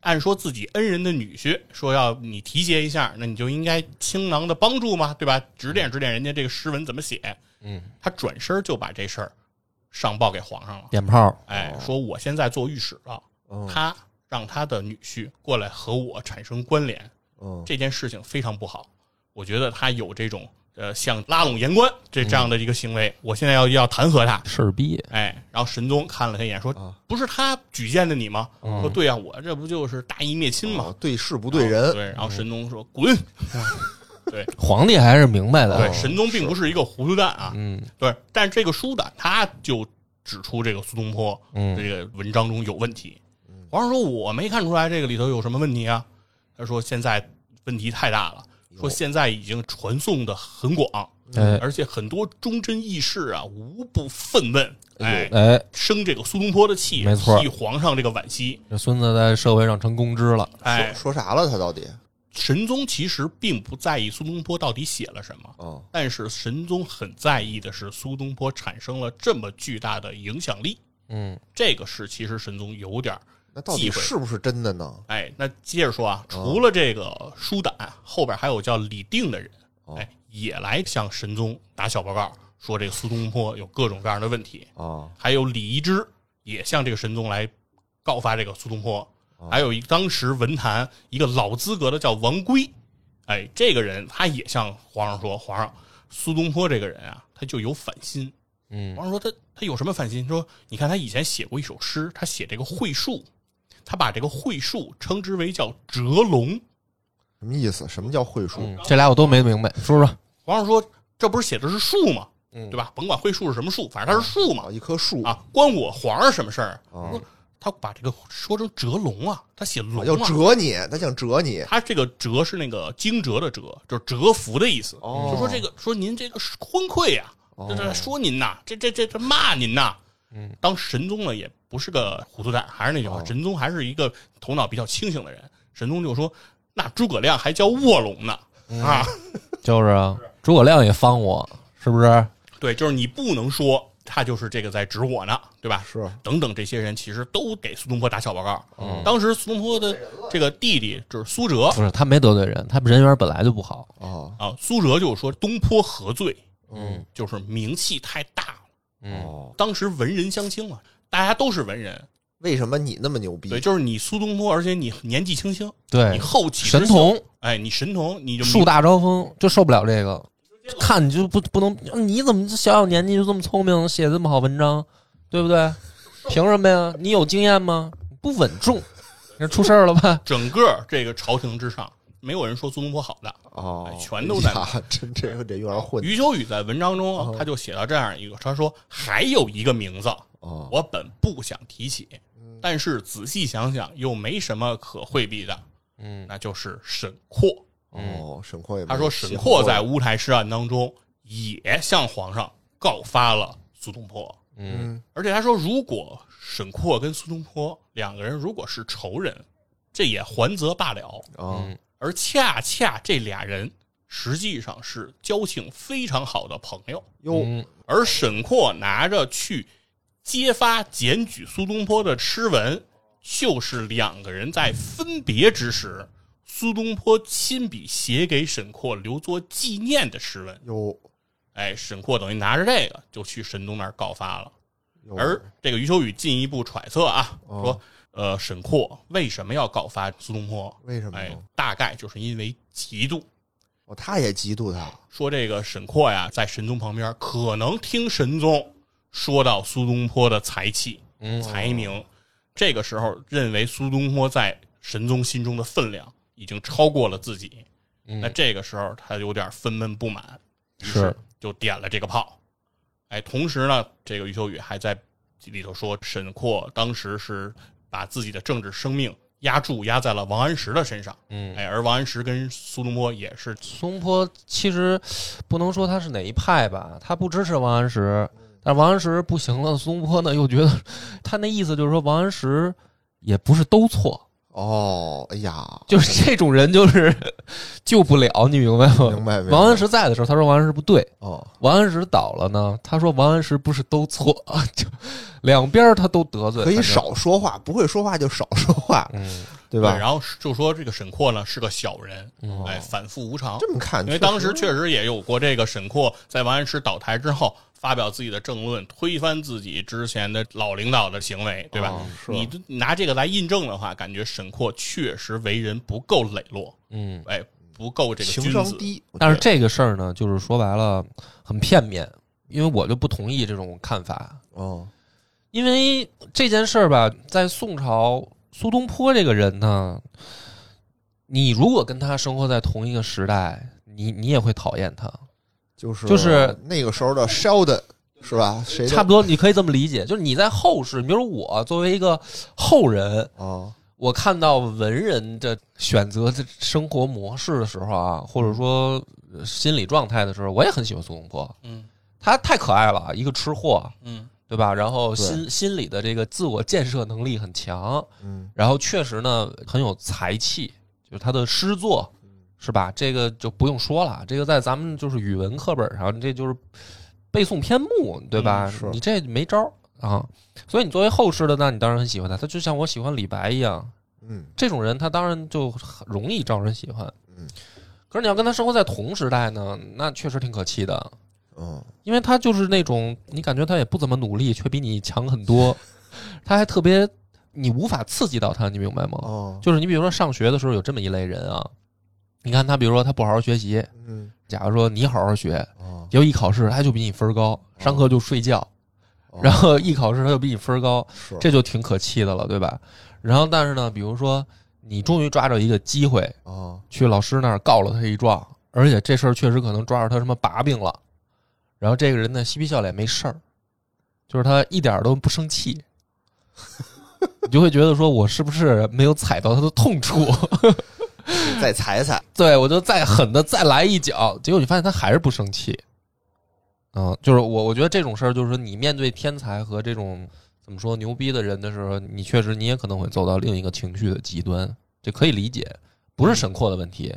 Speaker 3: 按说自己恩人的女婿说要你提携一下，那你就应该倾囊的帮助嘛，对吧？指点指点人家这个诗文怎么写。
Speaker 2: 嗯，
Speaker 3: 他转身就把这事儿上报给皇上了。
Speaker 2: 点炮儿，
Speaker 3: 哎，说我现在做御史了，
Speaker 4: 嗯
Speaker 3: 他让他的女婿过来和我产生关联，
Speaker 4: 嗯，
Speaker 3: 这件事情非常不好。我觉得他有这种呃，像拉拢言官这这样的一个行为，我现在要要弹劾他。
Speaker 2: 事儿逼，
Speaker 3: 哎，然后神宗看了他一眼，说
Speaker 4: 啊：“
Speaker 3: 不是他举荐的你吗？”说：“对呀、我这不就是大义灭亲吗
Speaker 4: 哦对事不对？”人，
Speaker 3: 对，然后神宗说：“滚！”
Speaker 2: 皇帝还是明白的。啊
Speaker 3: 对，神宗并不是一个糊涂蛋啊。
Speaker 2: 哦嗯
Speaker 3: 对，但是这个书的他就指出这个苏东坡这个文章中有问题。皇上说我没看出来这个里头有什么问题啊。他说现在问题太大了，说现在已经传颂的很广，
Speaker 2: 哎
Speaker 3: 而且很多忠贞义士啊无不愤懑，哎，
Speaker 2: 哎，
Speaker 3: 生这个苏东坡的气，
Speaker 2: 没错
Speaker 3: 替皇上这个惋惜。
Speaker 2: 这孙子在社会上成公知了。
Speaker 3: 哎，
Speaker 4: 说啥了？他到底？
Speaker 3: 神宗其实并不在意苏东坡到底写了什么。
Speaker 4: 嗯
Speaker 3: 但是神宗很在意的是苏东坡产生了这么巨大的影响力，
Speaker 2: 嗯
Speaker 3: 这个是其实神宗有点儿
Speaker 4: 那到
Speaker 3: 忌
Speaker 4: 底
Speaker 3: 讳
Speaker 4: 是不是真的呢？
Speaker 3: 哎。那接着说
Speaker 2: 嗯
Speaker 3: 啊，除了这个
Speaker 2: 哦
Speaker 3: 舒胆，后边还有叫李定的人，哎，也来向神宗打小报告，说这个苏东坡有各种各样的问题，
Speaker 4: 啊
Speaker 3: 还有李一之也向这个神宗来告发这个苏东坡，
Speaker 2: 哦
Speaker 3: 还有一当时文坛一个老资格的叫王圭，哎，这个人他也向皇上说，皇上，苏东坡这个人啊，他就有反心。
Speaker 2: 嗯
Speaker 3: 皇上说他他有什么反心？说你看他以前写过一首诗，他写这个会树，他把这个会树称之为叫折龙。
Speaker 4: 什么意思？什么叫会术？
Speaker 2: 嗯，这俩我都没明白，说说。
Speaker 3: 皇上说这不是写的是树吗？
Speaker 2: 嗯哦
Speaker 3: 对吧？甭管会树是什么树，反正它是树嘛
Speaker 4: 啊，。一棵树
Speaker 3: 啊，关我皇上什么事儿？
Speaker 4: 啊
Speaker 3: 说他把这个说成折龙啊，他写龙
Speaker 4: 啊
Speaker 3: 啊，
Speaker 4: 要折你，他想折你
Speaker 3: 他这个折是那个惊蛰的蛰，就是折服的意思。
Speaker 4: 哦
Speaker 3: 就说这个说您这个是昏聩呀、
Speaker 4: 哦
Speaker 3: 这这说您呐，这这这这骂您呐。
Speaker 2: 嗯，
Speaker 3: 当神宗呢也不是个糊涂蛋，还是那句
Speaker 4: 哦
Speaker 3: 话，神宗还是一个头脑比较清醒的人。神宗就说：“那诸葛亮还叫卧龙呢、
Speaker 4: 嗯
Speaker 3: 啊！
Speaker 2: 就是啊，诸葛亮也方我，是不是？
Speaker 3: 对，就是你不能说他就是这个在指我呢，对吧？
Speaker 4: 是
Speaker 3: 等等这些人其实都给苏东坡打小报告。
Speaker 2: 哦
Speaker 3: 当时苏东坡的这个弟弟就是苏辙
Speaker 2: 不是他没得罪人，他人缘本来就不好。
Speaker 4: 啊
Speaker 3: 啊，苏辙就说东坡何罪？
Speaker 2: 嗯，
Speaker 3: 就是名气太大了。
Speaker 2: 嗯，
Speaker 4: 哦，
Speaker 3: 当时文人相轻嘛，大家都是文人，
Speaker 4: 为什么你那么牛逼？
Speaker 3: 对，就是你苏东坡，而且你年纪轻轻，你
Speaker 2: 对，
Speaker 3: 后起
Speaker 2: 哎
Speaker 3: 之秀
Speaker 2: 神，童
Speaker 3: 哎，你神童，你就
Speaker 2: 树大招风就受不了这个，看你就不不能，你怎么小小年纪就这么聪明，写这么好文章，对不对？凭什么呀？你有经验吗？不稳重，你出事儿了吧？
Speaker 3: 整个这个朝廷之上，没有人说苏东坡好的。
Speaker 4: 哦
Speaker 3: 哎，全都在
Speaker 4: 呀真这个这有点混
Speaker 3: 余秋雨在文章
Speaker 2: 哦
Speaker 3: 中，啊他就写到这样一个，他说还有一个名字，
Speaker 4: 哦
Speaker 3: 我本不想提起，
Speaker 4: 嗯
Speaker 3: 但是仔细想想又没什么可回避的，
Speaker 2: 嗯
Speaker 3: 那就是沈括。
Speaker 4: 哦，沈括也没
Speaker 3: 他说
Speaker 4: 写
Speaker 3: 沈
Speaker 4: 过
Speaker 3: 括在乌台诗案当中也向皇上告发了苏东坡，
Speaker 2: 嗯
Speaker 3: 而且他说，如果沈括跟苏东坡两个人如果是仇人，这也还则罢了。
Speaker 4: 啊
Speaker 2: 嗯
Speaker 3: 而恰恰这俩人实际上是交情非常好的朋友，
Speaker 4: 哟
Speaker 2: 嗯
Speaker 3: 而沈括拿着去揭发检举苏东坡的诗文，就是两个人在分别之时，苏东坡亲笔写给沈括留作纪念的诗文。
Speaker 4: 哟
Speaker 3: 哎，沈括等于拿着这个就去神宗那儿告发了。
Speaker 4: 哟
Speaker 3: 而这个余秋雨进一步揣测啊，
Speaker 4: 哦
Speaker 3: 说呃，沈括为什么要告发苏东坡？
Speaker 4: 为什么
Speaker 3: 哎
Speaker 4: 呢？，
Speaker 3: 大概就是因为嫉妒。
Speaker 4: 哦，他也嫉妒他
Speaker 3: 说这个沈括呀，在神宗旁边，可能听神宗说到苏东坡的才气、
Speaker 2: 嗯
Speaker 3: 才名，这个时候认为苏东坡在神宗心中的分量已经超过了自己，那
Speaker 2: 嗯，
Speaker 3: 这个时候他有点愤懑不满，于
Speaker 2: 是
Speaker 3: 就点了这个炮。哎，同时呢，这个余秋雨还在里头说，沈括当时是把自己的政治生命压注压在了王安石的身上，
Speaker 2: 嗯
Speaker 3: 哎，而王安石跟苏东坡也是
Speaker 2: 苏东坡其实不能说他是哪一派吧，他不支持王安石，但王安石不行了，苏东坡呢又觉得他那意思就是说王安石也不是都错，
Speaker 4: 哦，哎呀，
Speaker 2: 就是这种人就是 救不了，你明白吗？
Speaker 4: 明白明白
Speaker 2: 王安石在的时候，他说王安石不对；
Speaker 4: 哦
Speaker 2: 王安石倒了呢，他说王安石不是都错， 就两边儿他都得罪，
Speaker 4: 可以
Speaker 2: 反正。
Speaker 4: 少说话，不会说话就少说话，
Speaker 2: 嗯
Speaker 4: 对吧？哦
Speaker 3: 然后就说这个沈括呢是个小人，哎，反复无常。
Speaker 4: 这么看，
Speaker 3: 因
Speaker 4: 确
Speaker 3: 为当时确实也有过这个沈括在王安石倒台之后发表自己的政论，推翻自己之前的老领导的行为，对吧？
Speaker 4: 哦是
Speaker 3: 你你拿这个来印证的话，感觉沈括确实为人不够磊落，
Speaker 2: 嗯，
Speaker 3: 哎，不够这个
Speaker 4: 情
Speaker 3: 君
Speaker 4: 商
Speaker 3: 子。
Speaker 4: 低，我觉
Speaker 2: 但
Speaker 4: 得
Speaker 2: 是这个事儿呢，就是说白了很片面，因为我就不同意这种看法。
Speaker 4: 哦
Speaker 2: 因为这件事儿吧，在宋朝，苏东坡这个人呢，你如果跟他生活在同一个时代，你你也会讨厌他，
Speaker 4: 就是
Speaker 2: 就是
Speaker 4: 那个时候的 Sheldon 是吧？谁
Speaker 2: 差不
Speaker 4: 多
Speaker 2: 多，你可以这么理解，就是你在后世，比如我作为一个后人，
Speaker 4: 哦
Speaker 2: 我看到文人的选择的生活模式的时候啊，或者说呃心理状态的时候，我也很喜欢苏东坡，
Speaker 3: 嗯
Speaker 2: 他太可爱了，一个吃货，
Speaker 3: 嗯，
Speaker 2: 对吧？然后
Speaker 4: 对
Speaker 2: 心心理的这个自我建设能力很强，
Speaker 4: 嗯
Speaker 2: 然后确实呢很有才气，就是他的诗作，
Speaker 4: 嗯
Speaker 2: 是吧？这个就不用说了，这个在咱们就是语文课本上，这就是背诵篇目，对吧
Speaker 4: 嗯？是
Speaker 2: 你这没招儿啊。所以你作为后世的，那你当然很喜欢他。他就像我喜欢李白一样，
Speaker 4: 嗯
Speaker 2: 这种人他当然就很容易招人喜欢。
Speaker 4: 嗯，
Speaker 2: 可是你要跟他生活在同时代呢，那确实挺可气的。
Speaker 4: 嗯，
Speaker 2: 因为他就是那种你感觉他也不怎么努力，却比你强很 多，他还特别你无法刺激到他，你明白吗？
Speaker 4: 哦，
Speaker 2: 就是你比如说上学的时候有这么一类人啊，你看他比如说他不好好学习，
Speaker 4: 嗯，
Speaker 2: 假如说你好好学，
Speaker 4: 哦，
Speaker 2: 结果一考试他就比你分儿高，上课就睡觉，
Speaker 4: 哦
Speaker 2: 然后一考试他就比你分儿高，
Speaker 4: 是
Speaker 2: 这就挺可气的了，对吧？然后但是呢，比如说你终于抓着一个机会
Speaker 4: 哦，
Speaker 2: 去老师那儿告了他一状，而且这事儿确实可能抓着他什么把柄了，然后这个人呢嬉皮笑脸没事儿，就是他一点儿都不生 气。你就会觉得说，我是不是没有踩到他的痛处？
Speaker 4: 再踩踩，
Speaker 2: 对我就再狠的再来一脚，结果你发现他还是不生气。嗯，就是我我觉得这种事儿，就是说你面对天才和这种怎么说牛逼的人的时候，你确实你也可能会走到另一个情绪的极端，这可以理解，不是神阔的问题。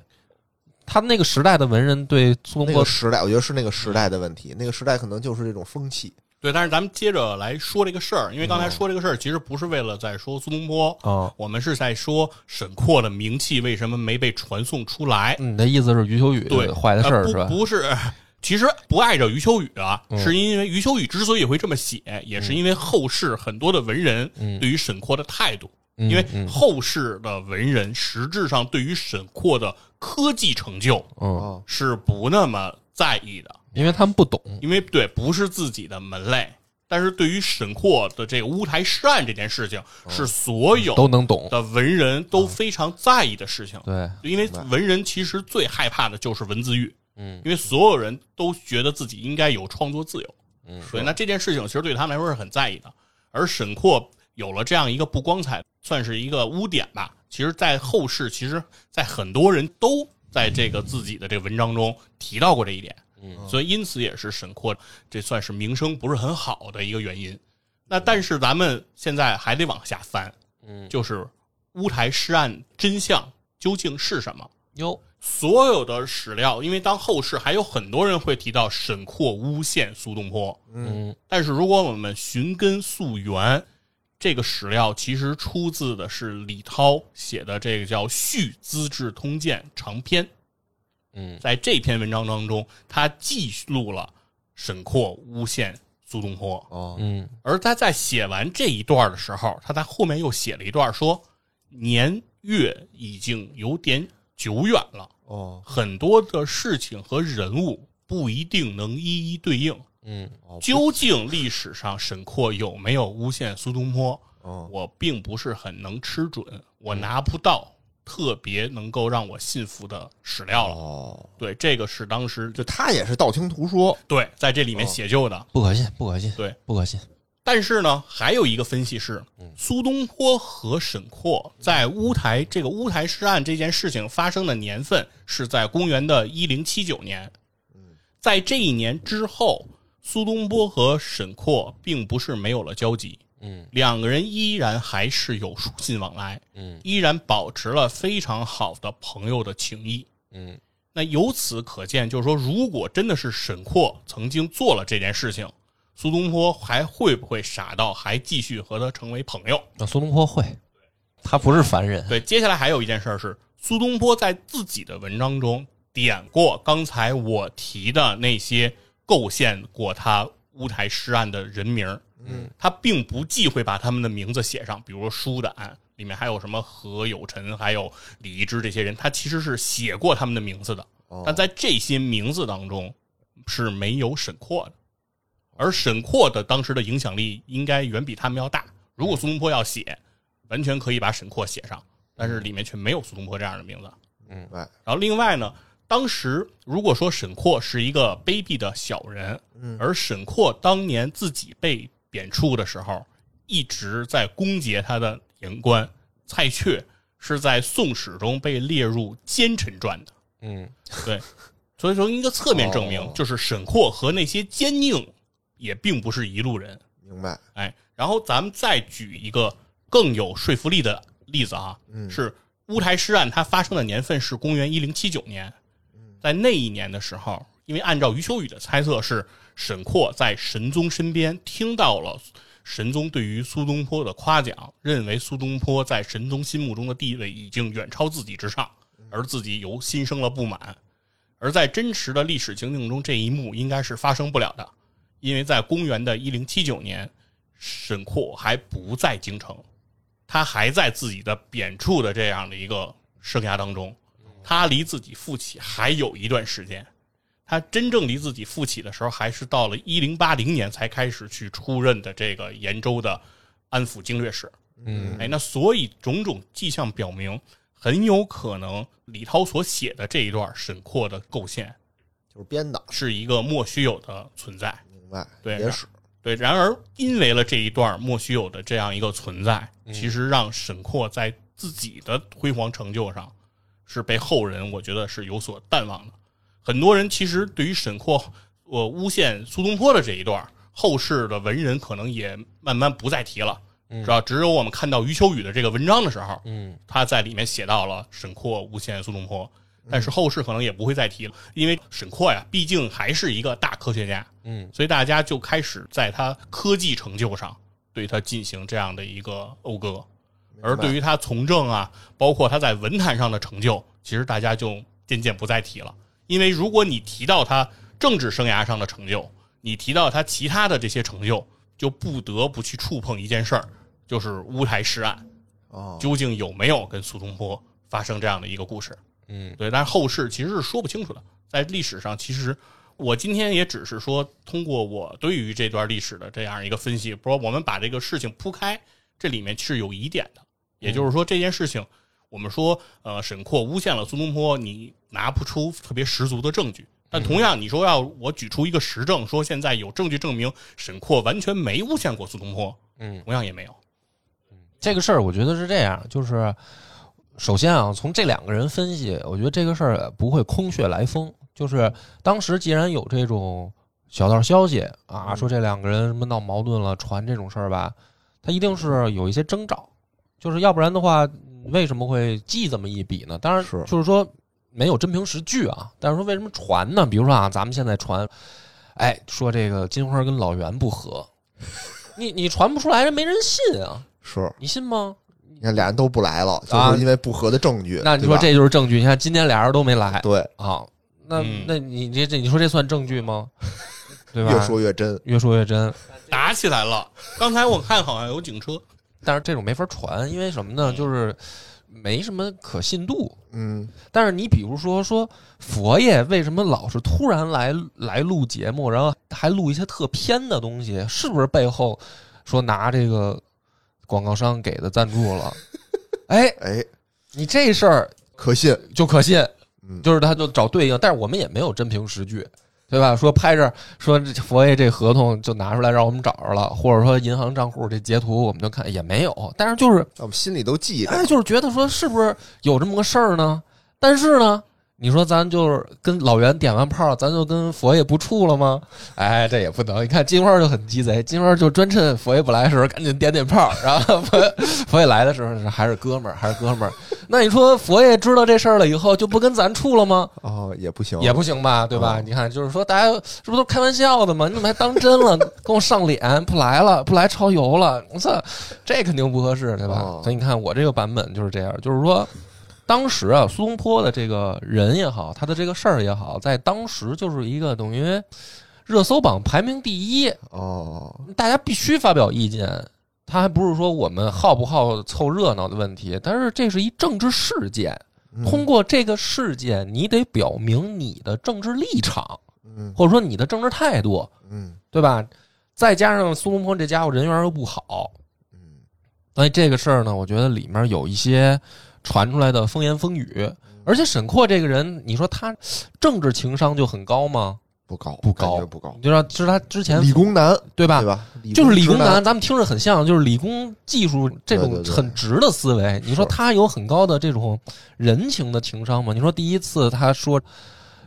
Speaker 2: 他那个时代的文人对苏东
Speaker 4: 那
Speaker 2: 坡
Speaker 4: 个时代，我觉得是那个时代的问题，那个时代可能就是这种风气，
Speaker 3: 对，但是咱们接着来说这个事儿，因为
Speaker 4: 哦
Speaker 3: 刚才说这个事儿，其实不是为了在说苏东坡，
Speaker 2: 啊，
Speaker 3: 我们是在说沈括的名气为什么没被传送出来。
Speaker 2: 你的意思是余秋雨
Speaker 3: 对，
Speaker 2: 坏的事儿
Speaker 3: 呃
Speaker 2: 是吧
Speaker 3: 不？？不是， 其实不碍着余秋雨啊，
Speaker 2: 嗯
Speaker 3: 是因为余秋雨之所以会这么写，也是因为后世很多的文人
Speaker 2: 嗯
Speaker 3: 对于沈括的态度，
Speaker 2: 嗯
Speaker 3: 因为
Speaker 2: 嗯
Speaker 3: 后世的文人实质上对于沈括的科技成就
Speaker 2: 嗯，
Speaker 4: 哦，
Speaker 3: 是不那么在意的，
Speaker 2: 因为他们不懂，
Speaker 3: 因为对不是自己的门类。但是对于沈括的这个乌台诗案这件事情，是所有
Speaker 2: 嗯都能懂。
Speaker 3: 的文人都非常在意的事情。
Speaker 2: 对，
Speaker 3: 因为
Speaker 4: 明白
Speaker 3: 文人其实最害怕的就是文字狱，
Speaker 2: 嗯，
Speaker 3: 因为所有人都觉得自己应该有创作自由，嗯，所以那这件事情其实对他们来说是很在意的。而沈括有了这样一个不光彩，算是一个污点吧。其实，在后世，其实，在很多人都在这个自己的这个文章中提到过这一点，嗯，所以因此也是沈括这算是名声不是很好的一个原因。那但是咱们现在还得往下翻，
Speaker 2: 嗯，
Speaker 3: 就是乌台诗案真相究竟是什么？
Speaker 2: 哟，
Speaker 3: 所有的史料，因为当后世还有很多人会提到沈括诬陷苏东坡，
Speaker 2: 嗯
Speaker 3: 但是如果我们寻根溯源，这个史料其实出自的是李涛写的这个叫《续资治通鉴》长篇。
Speaker 2: 嗯
Speaker 3: 在这篇文章当中，他记录了沈括诬陷苏东坡。
Speaker 4: 哦，
Speaker 2: 嗯
Speaker 3: 而他在写完这一段的时候，他在后面又写了一段说，年月已经有点久远了，
Speaker 4: 哦，
Speaker 3: 很多的事情和人物不一定能一一对应。
Speaker 2: 嗯
Speaker 4: 哦，
Speaker 3: 究竟历史上沈括有没有诬陷苏东坡，
Speaker 4: 哦，嗯
Speaker 3: 我并不是很能吃准，我拿不到特别能够让我信服的史料了。
Speaker 4: 哦，
Speaker 3: 对，这个是当时就
Speaker 4: 就他也是道听途说，
Speaker 3: 对在这
Speaker 4: 哦
Speaker 3: 里面写就的。
Speaker 2: 不可信，不可信，
Speaker 3: 对，
Speaker 2: 不可信。
Speaker 3: 但是呢，还有一个分析是，
Speaker 2: 嗯
Speaker 3: 苏东坡和沈括在乌台这个乌台诗案这件事情发生的年份是在公元的一零七九年。
Speaker 2: 嗯
Speaker 3: 在这一年之后，苏东坡和沈括并不是没有了交集，
Speaker 2: 嗯
Speaker 3: 两个人依然还是有书信往来，
Speaker 2: 嗯
Speaker 3: 依然保持了非常好的朋友的情谊。
Speaker 2: 嗯
Speaker 3: 那由此可见，就是说，如果真的是沈括曾经做了这件事情，苏东坡还会不会傻到还继续和他成为朋友？
Speaker 2: 那苏东坡会，他不是凡人。
Speaker 3: 对，接下来还有一件事儿是，苏东坡在自己的文章中点过刚才我提的那些构陷过他乌台诗案的人名，嗯，他并不忌讳把他们的名字写上，比如说舒的案里面还有什么何有臣，还有李一之这些人，他其实是写过他们的名字的，但在这些名字当中是没有沈括的。而沈括的当时的影响力应该远比他们要大。如果苏东坡要写，完全可以把沈括写上，但是里面却没有苏东坡这样的名字。
Speaker 4: 明白，
Speaker 3: 然后另外呢，当时如果说沈括是一个卑鄙的小人，而沈括当年自己被贬黜的时候，一直在攻讦他的言官蔡确，是在《宋史》中被列入奸臣传的。
Speaker 2: 嗯
Speaker 3: 对，所以从一个侧面证
Speaker 4: 哦
Speaker 3: 明，就是沈括和那些奸佞也并不是一路人。
Speaker 4: 明白，
Speaker 3: 哎，然后咱们再举一个更有说服力的例子啊，是乌台诗案，它发生的年份是公元一零七九年，在那一年的时候，因为按照余秋雨的猜测是沈括在神宗身边听到了神宗对于苏东坡的夸奖，认为苏东坡在神宗心目中的地位已经远超自己之上，而自己由心生了不满，而在真实的历史情境中，这一幕应该是发生不了的，因为在公元的一零七九年，沈括还不在京城，他还在自己的贬黜的这样的一个生涯当中，他离自己复起还有一段时间。他真正离自己复起的时候，还是到了一零八零年才开始去出任的这个延州的安抚经略使。
Speaker 2: 嗯
Speaker 3: 哎，那所以种种迹象表明，很有可能李涛所写的这一段沈括的构陷
Speaker 4: 就是编的，
Speaker 3: 是一个莫须有的存在。
Speaker 4: 明白？
Speaker 3: 对
Speaker 4: 野史
Speaker 3: 对，然而因为了这一段莫须有的这样一个存在，其实让沈括在自己的辉煌成就上是被后人我觉得是有所淡忘的。很多人其实对于沈括呃诬陷苏东坡的这一段，后世的文人可能也慢慢不再提了。是吧？只有我们看到余秋雨的这个文章的时候，
Speaker 2: 嗯，
Speaker 3: 他在里面写到了沈括诬陷苏东坡，但是后世可能也不会再提了，因为沈括呀，毕竟还是一个大科学家，
Speaker 2: 嗯，
Speaker 3: 所以大家就开始在他科技成就上对他进行这样的一个讴歌，而对于他从政啊，包括他在文坛上的成就，其实大家就渐渐不再提了，因为如果你提到他政治生涯上的成就，你提到他其他的这些成就，就不得不去触碰一件事儿，就是乌台诗案。
Speaker 4: 哦，
Speaker 3: 究竟有没有跟苏东坡发生这样的一个故事？
Speaker 2: 嗯，
Speaker 3: 对，但是后世其实是说不清楚的。在历史上，其实我今天也只是说，通过我对于这段历史的这样一个分析，不过我们把这个事情铺开，这里面是有疑点的。也就是说，这件事情，我们说，呃，沈括诬陷了苏东坡，你拿不出特别十足的证据。但同样，你说要我举出一个实证，说现在有证据证明沈括完全没诬陷过苏东坡，
Speaker 2: 嗯，
Speaker 3: 同样也没有。
Speaker 2: 这个事儿我觉得是这样，就是首先啊，从这两个人分析，我觉得这个事儿不会空穴来风。就是当时既然有这种小道消息啊，说这两个人什么闹矛盾了，传这种事儿吧，他一定是有一些征兆，就是要不然的话，为什么会记这么一笔呢？当然，
Speaker 4: 是
Speaker 2: 就是说没有真凭实据啊，但是说为什么传呢？比如说啊，咱们现在传，哎，说这个金花跟老袁不和，你你传不出来，人没人信啊，
Speaker 4: 是，
Speaker 2: 你信吗？
Speaker 4: 你看俩人都不来了，就
Speaker 2: 啊
Speaker 4: 是因为不合的证据。
Speaker 2: 那你
Speaker 4: 对
Speaker 2: 说
Speaker 4: 吧
Speaker 2: 这就是证据？你看今天俩人都没来
Speaker 4: 对，
Speaker 2: 啊，那、
Speaker 3: 嗯
Speaker 2: 那你这这你说这算证据 吗？对吧？
Speaker 4: 越说越真，
Speaker 2: 越说越真，
Speaker 3: 打起来了。刚才我看好像有警车，
Speaker 2: 但是这种没法传，因为什么呢？
Speaker 3: 嗯
Speaker 2: 就是没什么可信度。
Speaker 4: 嗯，
Speaker 2: 但是你比如说说佛爷为什么老是突然来来录节目，然后还录一些特偏的东西，是不是背后说拿这个广告商给的赞助 了？哎，
Speaker 4: 哎，
Speaker 2: 你这事儿
Speaker 4: 可信，
Speaker 2: 就可信，
Speaker 4: 嗯
Speaker 2: 就是他就找对应，但是我们也没有真凭实据，对吧？说拍着说这佛爷这合同就拿出来让我们找着了，或者说银行账户这截图我们就看也没有，但是就是
Speaker 4: 那我们心里都记着
Speaker 2: 哎，就是觉得说是不是有这么个事儿呢？但是呢，你说咱就是跟老袁点完炮，咱就跟佛爷不处了吗？哎，这也不能。你看金花就很鸡贼，金花就专趁佛爷不来的时候赶紧点点炮，然后佛爷佛爷来的时候是还是哥们儿，还是哥们儿。那你说佛爷知道这事儿了以后，就不跟咱处了吗？
Speaker 4: 哦，也不行，
Speaker 2: 也不行吧，对吧？
Speaker 4: 哦
Speaker 2: 你看，就是说大家是不是都开玩笑的嘛？ 你怎么还当真了？跟我上脸，不来了，不来超油了，我操，这肯定不合适，对吧？
Speaker 4: 哦
Speaker 2: 所以你看我这个版本就是这样，就是说。当时啊，苏东坡的这个人也好，他的这个事儿也好，在当时就是一个等于热搜榜排名第一，
Speaker 4: 哦，
Speaker 2: 大家必须发表意见。他还不是说我们好不好凑热闹的问题，但是这是一政治事件，
Speaker 4: 嗯
Speaker 2: 通过这个事件，你得表明你的政治立场，
Speaker 4: 嗯
Speaker 2: 或者说你的政治态度，
Speaker 4: 嗯
Speaker 2: 对吧？再加上苏东坡这家伙人缘又不好，
Speaker 4: 嗯
Speaker 2: 所以这个事儿呢，我觉得里面有一些传出来的风言风语。而且沈括这个人，你说他政治情商就很高吗？
Speaker 4: 不高，
Speaker 2: 不高
Speaker 4: 感觉不高
Speaker 2: 你，知道，就是他之前
Speaker 4: 理工男
Speaker 2: 对吧
Speaker 4: 对？吧？
Speaker 2: 就是理
Speaker 4: 直
Speaker 2: 工男，，咱们听着很像，就是理工技术这
Speaker 4: 对
Speaker 2: 种
Speaker 4: 对对
Speaker 2: 很直的思维。你说他有很高的这种人情的情商吗？你说第一次他说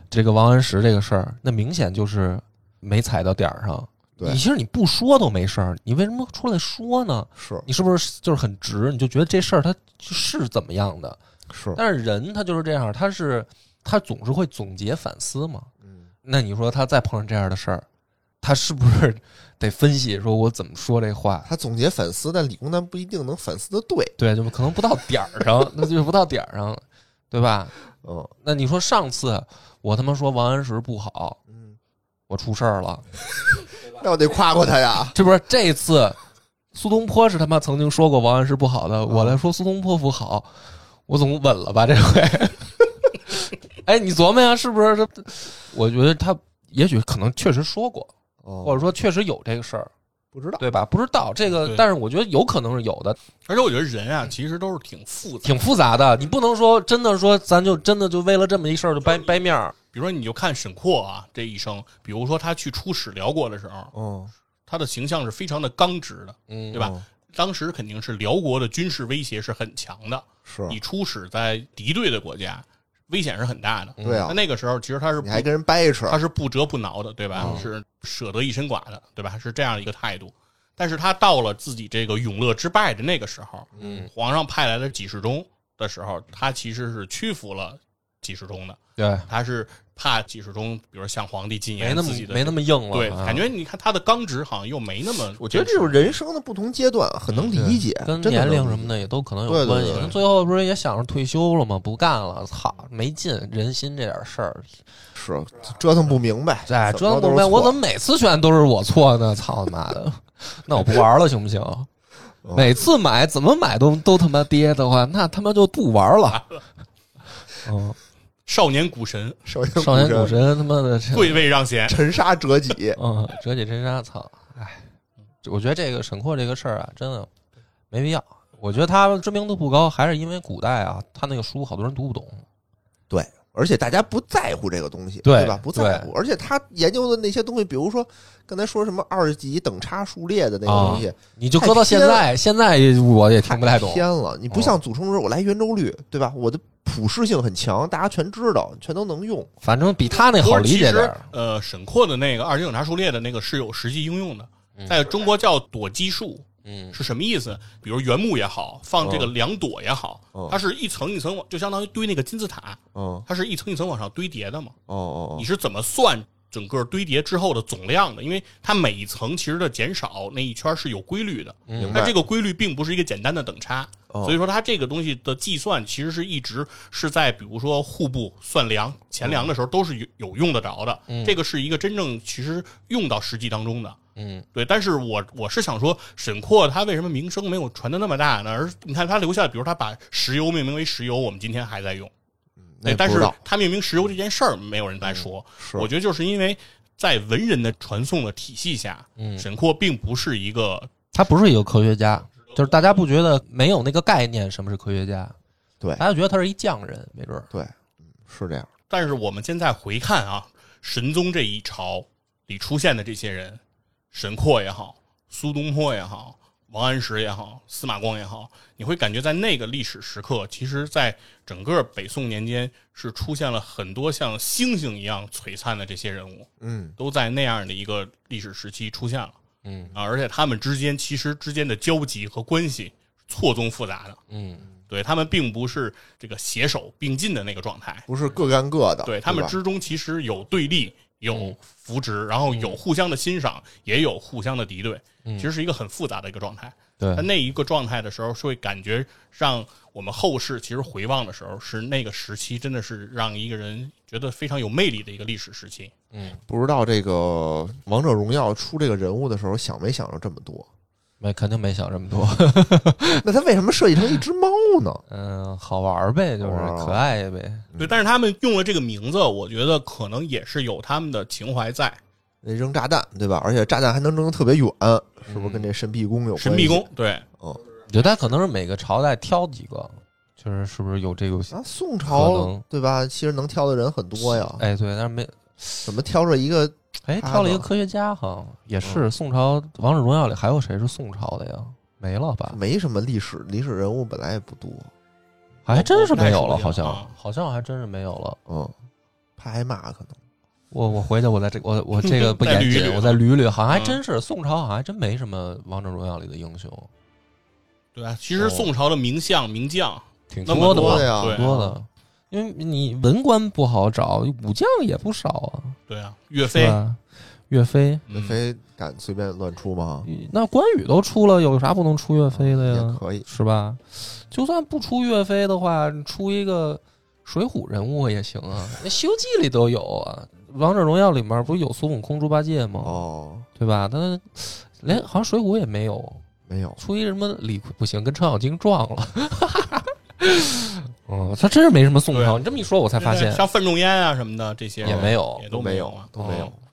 Speaker 2: 这个王安石这个事儿，那明显就是没踩到点儿上。
Speaker 4: 对
Speaker 2: 你其实你不说都没事儿，你为什么出来说呢？
Speaker 4: 是
Speaker 2: 你是不是就是很直？你就觉得这事儿它是怎么样的？
Speaker 4: 是，
Speaker 2: 但是人他就是这样，他是他总是会总结反思嘛。
Speaker 4: 嗯
Speaker 2: 那你说他再碰上这样的事儿，他是不是得分析说我怎么说这话？
Speaker 4: 他总结反思，但理工男不一定能反思的对，
Speaker 2: 对，就可能不到点儿上，那就不到点儿上，对吧？
Speaker 4: 嗯
Speaker 2: 那你说上次我他妈说王安石不好，
Speaker 4: 嗯，
Speaker 2: 我出事儿了，
Speaker 4: 那我得夸夸他呀。
Speaker 2: 这不是这次苏东坡是他妈曾经说过王安石不好的，
Speaker 3: 啊
Speaker 2: 我来说苏东坡不好，我总稳了吧这回？ 哎，你琢磨呀，是不是？这我觉得他也许可能确实说过，或
Speaker 4: 哦
Speaker 2: 者，说确实有这个事儿，
Speaker 4: 不知道，
Speaker 2: 对吧？不知道这个，
Speaker 3: 对
Speaker 2: 但是我觉得有可能是有的，
Speaker 3: 而且我觉得人啊，其实都是挺复杂。
Speaker 2: 挺复杂的。你不能说真的说咱就真的就为了这么一事儿就掰掰面儿，
Speaker 3: 比如说，你就看沈括啊这一生，比如说他去出使辽国的时候，
Speaker 4: 嗯，
Speaker 3: 他的形象是非常的刚直的，
Speaker 2: 嗯，
Speaker 3: 对吧？当时肯定是辽国的军事威胁是很强的，
Speaker 4: 是，
Speaker 3: 你出使在敌对的国家，危险是很大的。
Speaker 4: 对啊
Speaker 2: 嗯
Speaker 3: 那，那个时候其实他是不
Speaker 4: 你还跟人掰一扯，
Speaker 3: 他是不折不挠的，对吧？
Speaker 2: 嗯
Speaker 3: 是舍得一身剐的，对吧？是这样一个态度。但是他到了自己这个永乐之败的那个时候，
Speaker 2: 嗯，
Speaker 3: 皇上派来的几世忠的时候，他其实是屈服了几世忠的，
Speaker 2: 对，
Speaker 3: 他是怕几世忠，比如向皇帝进
Speaker 2: 没
Speaker 3: 言
Speaker 2: 那么
Speaker 3: 自己的
Speaker 2: 没那么硬了，
Speaker 3: 对，
Speaker 2: 啊
Speaker 3: 感觉你看他的刚直好像又没那么，
Speaker 4: 我觉得这种人生的不同阶段很能理解，
Speaker 2: 跟
Speaker 4: 真
Speaker 2: 年龄什
Speaker 4: 能
Speaker 2: 么
Speaker 4: 理解
Speaker 2: 的也都可能有
Speaker 4: 对对
Speaker 2: 关系。
Speaker 4: 对对
Speaker 2: 那最后不是也想着退休了吗？不干了，操，没劲，人心这点事儿，
Speaker 4: 是折腾不明白，
Speaker 2: 哎，
Speaker 4: 怎
Speaker 2: 折腾哎不
Speaker 4: 么着都是
Speaker 2: 明白，我
Speaker 4: 错
Speaker 2: 怎么每次选都是我错呢？操他妈的， 嗯那我不玩了行不行？每次买怎么买都都他妈跌的话，那他妈就不玩 了。嗯，
Speaker 3: 少年 股神，
Speaker 4: 少年
Speaker 2: 少年
Speaker 4: 股
Speaker 2: 股神他妈的这，
Speaker 3: 贵位让贤，
Speaker 4: 沉沙 折戟，
Speaker 2: 嗯，折戟沉沙，操，哎，我觉得这个沈括这个事儿啊，真的没必要。我觉得他知名度不高，还是因为古代啊，他那个书好多人读不懂。
Speaker 4: 对，而且大家不在乎这个东西，
Speaker 2: 对
Speaker 4: 对吧？不在乎，
Speaker 2: 对
Speaker 4: 而且他研究的那些东西，比如说刚才说什么二级等差数列的那个东西，
Speaker 2: 你就搁到现在，现在我也听不太懂。
Speaker 4: 偏了。你不像祖冲说，我来圆周率，对吧？我的普适性很强，大家全知道，全都能用。
Speaker 2: 反正比他那好理解点儿。
Speaker 3: 不是其实呃，沈括的那个二级警察数列的那个是有实际应用的，在中国叫躲基术，
Speaker 2: 嗯，
Speaker 3: 是什么意思？比如原木也好，放这个两朵也好，
Speaker 4: 嗯
Speaker 3: 它是一层一层往，就相当于堆那个金字塔，
Speaker 4: 嗯，哦
Speaker 3: 它是一层一层往上堆叠的嘛。
Speaker 4: 哦
Speaker 3: 你
Speaker 4: 哦，
Speaker 3: 是怎么算整个堆叠之后的总量的？因为它每一层其实的减少那一圈是有规律的，
Speaker 4: 明
Speaker 3: 但
Speaker 4: 白
Speaker 3: 这。个规律并不是一个简单的等差。
Speaker 4: 哦
Speaker 3: 所以说，它这个东西的计算其实是一直是在，比如说户部算粮、钱粮的时候，都是有有用得着的。
Speaker 4: 嗯
Speaker 3: 这个是一个真正其实用到实际当中的。
Speaker 2: 嗯，
Speaker 3: 对。但是我我是想说，沈括他为什么名声没有传的那么大呢？而你看他留下，比如他把石油命名为石油，我们今天还在用。
Speaker 4: 那也
Speaker 3: 哎但
Speaker 4: 不知
Speaker 3: 是
Speaker 4: 道嗯
Speaker 3: 他命名石油这件事儿，没有人在说。
Speaker 4: 是
Speaker 3: 我觉得就是因为在文人的传颂的体系下，
Speaker 4: 嗯
Speaker 3: 沈括并不是一个
Speaker 2: 他不是一个科学家，就是大家不觉得没有那个概念什么是科学家，
Speaker 4: 对
Speaker 2: 大家觉得他是一匠人，没准儿。
Speaker 4: 对，嗯是这样。
Speaker 3: 但是我们现在回看啊，神宗这一朝里出现的这些人，沈括也好，苏东坡也好，王安石也好，司马光也好，你会感觉在那个历史时刻，其实，在整个北宋年间是出现了很多像星星一样璀璨的这些人物，
Speaker 4: 嗯，
Speaker 3: 都在那样的一个历史时期出现了
Speaker 2: 嗯
Speaker 3: 啊，而且他们之间其实之间的交集和关系错综复杂的，
Speaker 2: 嗯，
Speaker 3: 对他们并不是这个携手并进的那个状态，
Speaker 4: 不是各干各的，
Speaker 2: 啊
Speaker 3: 对他们
Speaker 4: 吧
Speaker 3: 之中其实有对立，有
Speaker 2: 嗯
Speaker 3: 扶植，然后有互相的欣赏，也有互相的敌对，其实是一个很复杂的一个状态。
Speaker 2: 嗯对
Speaker 3: 但那一个状态的时候，会感觉让我们后世其实回望的时候，是那个时期真的是让一个人觉得非常有魅力的一个历史时期。
Speaker 4: 不知道这个《王者荣耀》出这个人物的时候，想没想着这么多？
Speaker 2: 没肯定没想这么多。
Speaker 4: 那他为什么设计成一只猫呢？
Speaker 2: 嗯，好玩儿呗，就是
Speaker 4: 好玩儿
Speaker 2: 可爱呗。
Speaker 4: 嗯
Speaker 3: 对，但是他们用了这个名字，我觉得可能也是有他们的情怀在。
Speaker 4: 那扔炸弹，对吧？而且炸弹还能扔得特别远，是不是跟这神臂弓有关系？
Speaker 3: 神臂弓，对，
Speaker 2: 我觉得他可能是每个朝代挑几个，就是是不是有这个？
Speaker 4: 啊，宋
Speaker 2: 可
Speaker 4: 朝
Speaker 2: 能
Speaker 4: 对吧？其实能挑的人很多呀，
Speaker 2: 哎，对，但是没
Speaker 4: 怎么挑着一个？
Speaker 2: 哎，
Speaker 4: 他
Speaker 2: 挑了一个
Speaker 4: 呢
Speaker 2: 科学家，好像嗯也是宋朝《王者荣耀》里还有谁是宋朝的呀？没了吧？
Speaker 4: 没什么历史历史人物，本来也不多，
Speaker 2: 还真是没有
Speaker 3: 我
Speaker 2: 了，
Speaker 3: 不太
Speaker 2: 好
Speaker 3: 熟
Speaker 2: 像
Speaker 3: 悉啊
Speaker 2: 好像还真是没有了。
Speaker 4: 嗯，怕挨骂可能。
Speaker 2: 我我回去我在这我我这个不严
Speaker 3: 再捋一
Speaker 2: 谨，
Speaker 3: 捋
Speaker 2: 我再捋一捋，好像还
Speaker 3: 嗯
Speaker 2: 真是宋朝，好像还真没什么《王者荣耀》里的英雄，
Speaker 3: 对啊，其实宋朝的名相名将
Speaker 2: 挺
Speaker 3: 那么
Speaker 2: 的
Speaker 4: 多
Speaker 2: 吧啊
Speaker 4: 的，呀，
Speaker 3: 对啊
Speaker 2: 挺多的。因为你文官不好找，武将也不少啊，
Speaker 3: 对啊，岳
Speaker 2: 是
Speaker 3: 飞，
Speaker 2: 吧？岳飞，
Speaker 3: 嗯
Speaker 4: 岳飞敢随便乱出吗？
Speaker 2: 那关羽都出了，有啥不能出岳飞的
Speaker 4: 也
Speaker 2: 呀？
Speaker 4: 可以，
Speaker 2: 是吧？就算不出岳飞的话，出一个水浒人物也行啊，那《西游记》里都有啊，《王者荣耀》里面不是有孙悟空、猪八戒吗？
Speaker 4: 哦，
Speaker 2: 对吧？他连好像水浒也没有，
Speaker 4: 没有，
Speaker 2: 出一什么李逵不行，跟程咬金撞了。 哦，他真是没什么宋朝。
Speaker 3: 对
Speaker 2: 你这么一说，我才发现
Speaker 3: 像范仲淹啊什么的这些
Speaker 2: 也没有
Speaker 3: 也。都
Speaker 4: 都
Speaker 3: 没
Speaker 4: 有
Speaker 3: 啊，。
Speaker 4: 都没有
Speaker 2: 哦。
Speaker 4: 嗯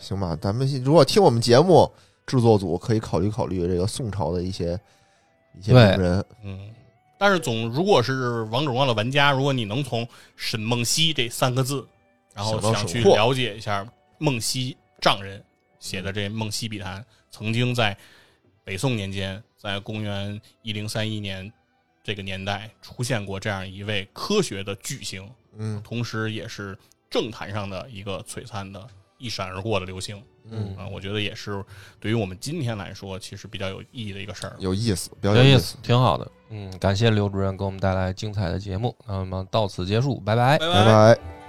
Speaker 4: 行吧，咱们如果听我们节目，制作组可以考虑考虑这个宋朝的一些一些
Speaker 2: 对
Speaker 4: 名人。
Speaker 3: 嗯，但是总如果是王者荣耀的玩家，如果你能从沈梦溪这三个字，然后
Speaker 4: 想到
Speaker 3: 想
Speaker 4: 沈
Speaker 3: 去
Speaker 4: 括
Speaker 3: 了解一下梦溪丈人写的这《梦溪笔谈》，曾经在北宋年间，在公元一零三一年这个年代出现过这样一位科学的巨星，
Speaker 4: 嗯
Speaker 3: 同时也是政坛上的一个璀璨的一闪而过的流星
Speaker 2: 嗯
Speaker 3: 啊，我觉得也是对于我们今天来说，其实比较有意义的一个事儿。
Speaker 4: 有意思，比较
Speaker 2: 有
Speaker 4: 意
Speaker 2: 意思，。挺好的。嗯嗯，感谢刘主任给我们带来精彩的节目。那么到此结束，拜拜。
Speaker 4: 拜拜。